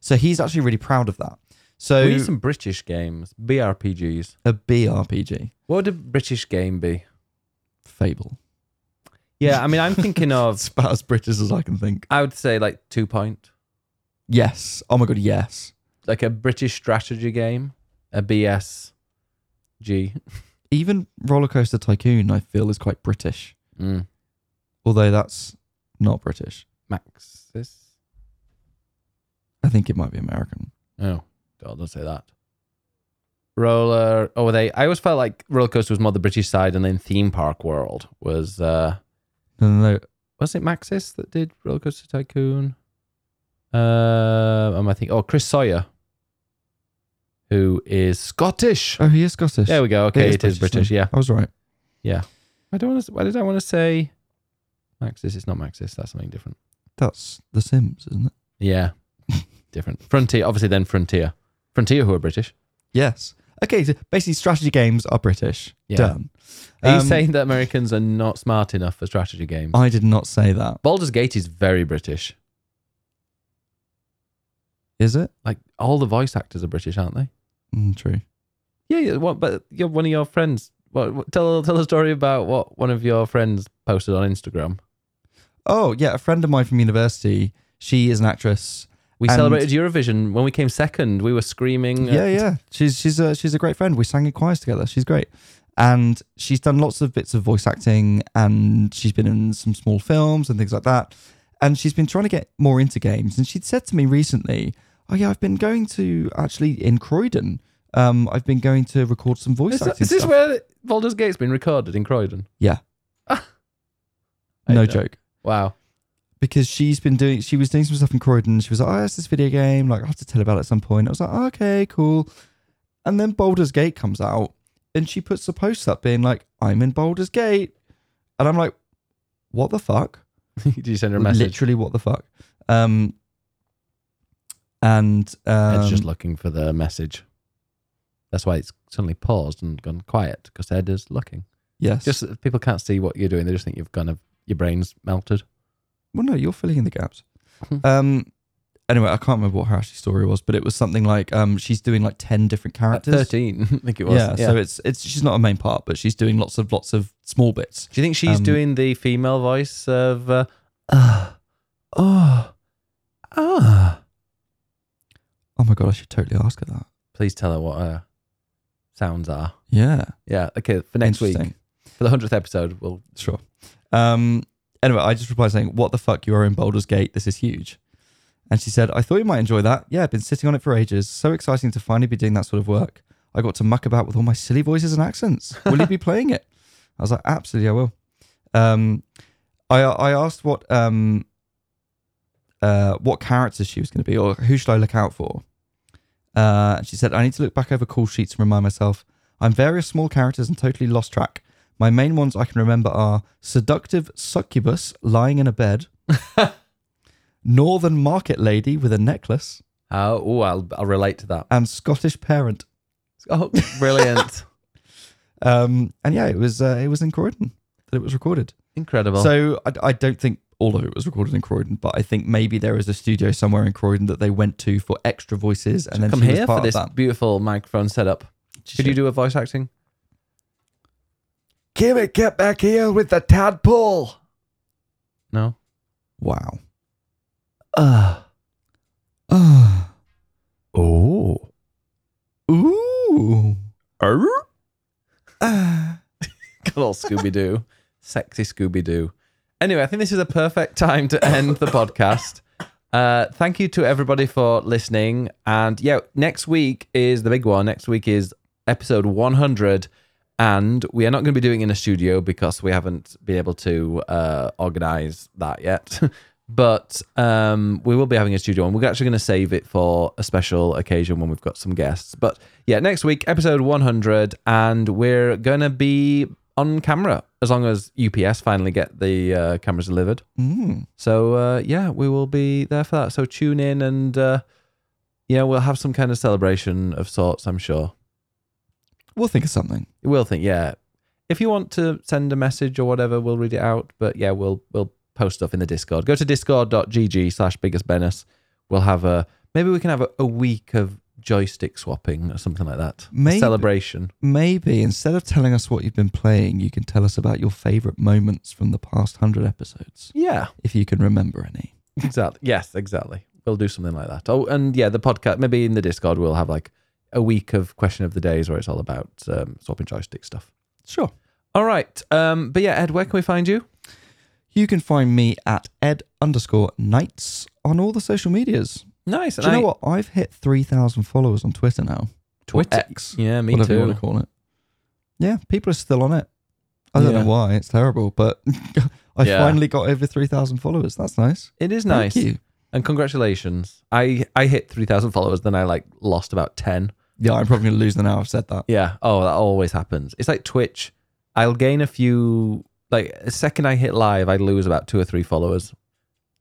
So he's actually really proud of that. We So need some British games, BRPGs. a BRPG, What would a British game be? Fable. Yeah, I mean, I'm thinking It's of. about as British as I can think. I would say like two point, Yes. Oh my god, yes. like a British strategy game, a BSG. Even Roller Coaster Tycoon, I feel, is quite British. Mm. although that's not British. Max this? I think it might be American. Oh, God, don't say that. Roller. Oh, they. I always felt like roller coaster was more the British side, and then theme park world was. uh No, no, no. Was it Maxis that did roller coaster tycoon? Uh, am I thinking? Oh, Chris Sawyer, who is Scottish. Oh, he is Scottish. There we go. Okay, it is British. then. Yeah. I was right. I don't. Wanna, why did I want to say Maxis? It's not Maxis. That's something different. That's The Sims, isn't it? Yeah, different. Frontier, obviously. Then Frontier, Frontier, who are British. Yes. Okay, so basically, strategy games are British. Yeah. Done. Are you Um, saying that Americans are not smart enough for strategy games? I did not say that. Baldur's Gate is very British. Is it? Like all the voice actors are British, aren't they? Mm, true. Yeah, yeah. What, but you're one of your friends. What, what- tell tell a story about what one of your friends posted on Instagram. Oh, yeah. A friend of mine from university, she is an actress. We And- celebrated Eurovision when we came second. We were screaming. Yeah, yeah. She's she's a she's a great friend. We sang in choirs together. She's great, and she's done lots of bits of voice acting, and she's been in some small films and things like that. And she's been trying to get more into games. And she'd said to me recently, "Oh yeah, I've been going to actually in Croydon. Um, I've been going to record some voice Is, that- acting is this stuff." where Baldur's Gate's been recorded in Croydon? Yeah. I no don't- joke. Wow. Because she's been doing, she was doing some stuff in Croydon. She was like, "Oh, it's this video game. Like, I have to tell about it at some point." I was like, oh, "Okay, cool." And then Boulder's Gate comes out, and she puts a post up being like, "I'm in Boulder's Gate," and I'm like, "What the fuck?" Did you send her a message? Literally, what the fuck? Um, and um, Ed's just looking for the message. That's why it's suddenly paused and gone quiet because Ed is looking. yes, Just that people can't see what you're doing; they just think you've kind of your brain's melted. Well, no, you're filling in the gaps. Hmm. um, anyway, I can't remember what her actually story was, but it was something like um, she's doing like ten different At characters. thirteen, I think it was. yeah, so it's it's she's not a main part, but she's doing lots of lots of small bits. do you think she's um, doing the female voice of uh, Oh, ah. Oh my god, I should totally ask her that. Please tell her what her sounds are. Yeah. Yeah. Okay. For next week, Interesting. for the hundredth episode, we'll. Sure. Um, anyway, I just replied saying, What the fuck? You are in Boulder's Gate. This is huge. And she said, I thought you might enjoy that. Yeah, I've been sitting on it for ages. So exciting to finally be doing that sort of work. I got to muck about with all my silly voices and accents. Will you be playing it? I was like, Absolutely, I will. Um, I, I asked what um, uh, what characters she was going to be or who should I look out for. Uh, she said, I need to look back over call sheets and remind myself. I'm various small characters and totally lost track. My main ones I can remember are seductive succubus lying in a bed, northern market lady with a necklace, Uh, oh, I'll I'll relate to that. and Scottish parent. Oh, brilliant! Um, and yeah, it was uh, it was in Croydon that it was recorded. Incredible. So I, I don't think all of it was recorded in Croydon, but I think maybe there is a studio somewhere in Croydon that they went to for extra voices, and then come she was here part for this of that. beautiful microphone setup. Could you do a voice acting? Kimmy, get back here with the tadpole. No. Wow. Oh. Uh, Ah. oh. Ooh. Oh. Ah. Good old Scooby Doo. Sexy Scooby Doo. Anyway, I think this is a perfect time to end the podcast. Uh, thank you to everybody for listening. And yeah, next week is the big one. Next week is episode 100. And we are not going to be doing it in a studio because we haven't been able to uh, organize that yet. but um, we will be having a studio and we're actually going to save it for a special occasion when we've got some guests. But yeah, next week, episode 100. And we're going to be on camera as long as UPS finally get the uh, cameras delivered. Mm. So uh, yeah, we will be there for that. So tune in and uh, yeah, we'll have some kind of celebration of sorts. I'm sure We'll think of something. we will think. Yeah, if you want to send a message or whatever, we'll read it out. But yeah, we'll we'll post stuff in the Discord. Go to discord.gg slash biggest Bennis. We'll have a maybe we can have a, a week of joystick swapping or something like that. A Maybe. celebration. Maybe instead of telling us what you've been playing, you can tell us about your favorite moments from the past 100 episodes, Yeah. if you can remember any. Exactly. Yes, exactly. We'll do something like that. Oh, and yeah, the podcast. Maybe in the Discord, we'll have like a week of question of the days where it's all about um, swapping joystick stuff. Sure. All right. Um, but yeah, Ed, where can we find you? You can find me at ed underscore knights on all the social medias. Nice. Do you know what? I've hit 3,000 followers on Twitter now. Twitter. X, Yeah, me whatever you want too. to call it. Yeah, people are still on it. I don't Yeah. know why. It's terrible, but I Yeah. finally got over 3,000 followers. That's nice. It is nice. Thank you. And congratulations. I I hit three thousand followers, then I like lost about ten. Yeah, I'm probably going to lose them now I've said that. Yeah. Oh, that always happens. It's like Twitch. I'll gain a few. Like a second I hit live, I lose about two or three followers.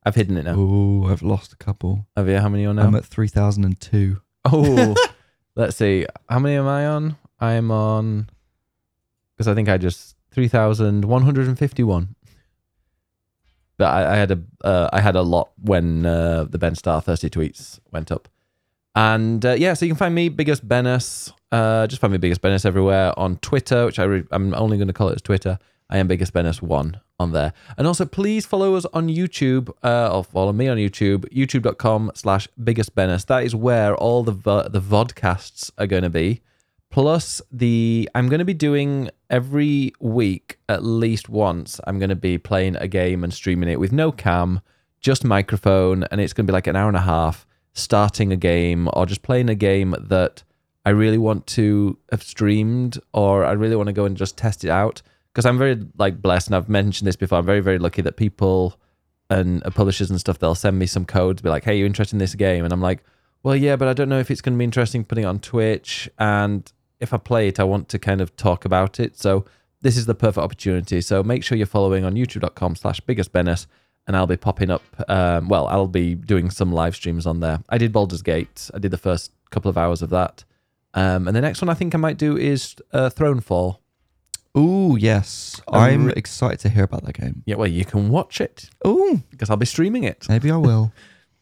I've hidden it now. Oh, I've lost a couple. Have you? How many are now? I'm at 3,002. Oh, let's see. How many am I on? I'm on because I think I just three thousand one hundred and fifty-one. But I, I had a uh, I had a lot when uh, the Ben Star Thirsty tweets went up, and uh, yeah, so you can find me biggest Bennis. Uh, just find me biggest Bennis everywhere on Twitter, which I re- I'm only going to call it as Twitter. I am biggest Bennis one on there, and also please follow us on YouTube uh, or follow me on YouTube, YouTube.com/slash biggest Bennis. That is where all the vo- the vodcasts are going to be. Plus, the I'm going to be doing every week at least once. I'm going to be playing a game and streaming it with no cam, just microphone, and it's going to be like an hour and a half starting a game or just playing a game that I really want to have streamed or I really want to go and just test it out because I'm very like blessed and I've mentioned this before. I'm very very lucky that people and uh, publishers and stuff they'll send me some code to be like, "Hey, you interested in this game?" And I'm like, "Well, yeah, but I don't know if it's going to be interesting putting it on Twitch and if I play it, I want to kind of talk about it." So this is the perfect opportunity. So make sure you're following on youtube.com slash biggest Bennis and I'll be popping up. Um, well, I'll be doing some live streams on there. I did Baldur's Gate. I did the first couple of hours of that. Um, and the next one I think I might do is uh, Thronefall. Oh yes, I'm excited to hear about that game. Yeah, well, you can watch it Oh, because I'll be streaming it. maybe I will.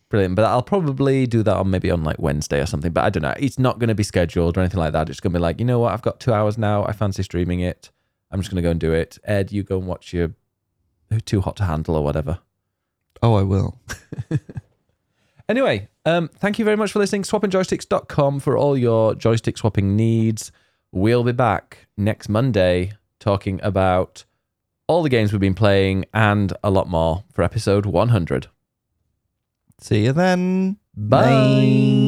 Brilliant. But I'll probably do that on maybe on like Wednesday or something. But I don't know. It's not going to be scheduled or anything like that. It's going to be like, you know what? I've got two hours now. I fancy streaming it. I'm just going to go and do it. Ed, you go and watch your Too Hot to Handle or whatever. oh, I will. Anyway, um, thank you very much for listening. Swappingjoysticks.com for all your joystick swapping needs. We'll be back next Monday talking about all the games we've been playing and a lot more for episode 100. See you then. Bye.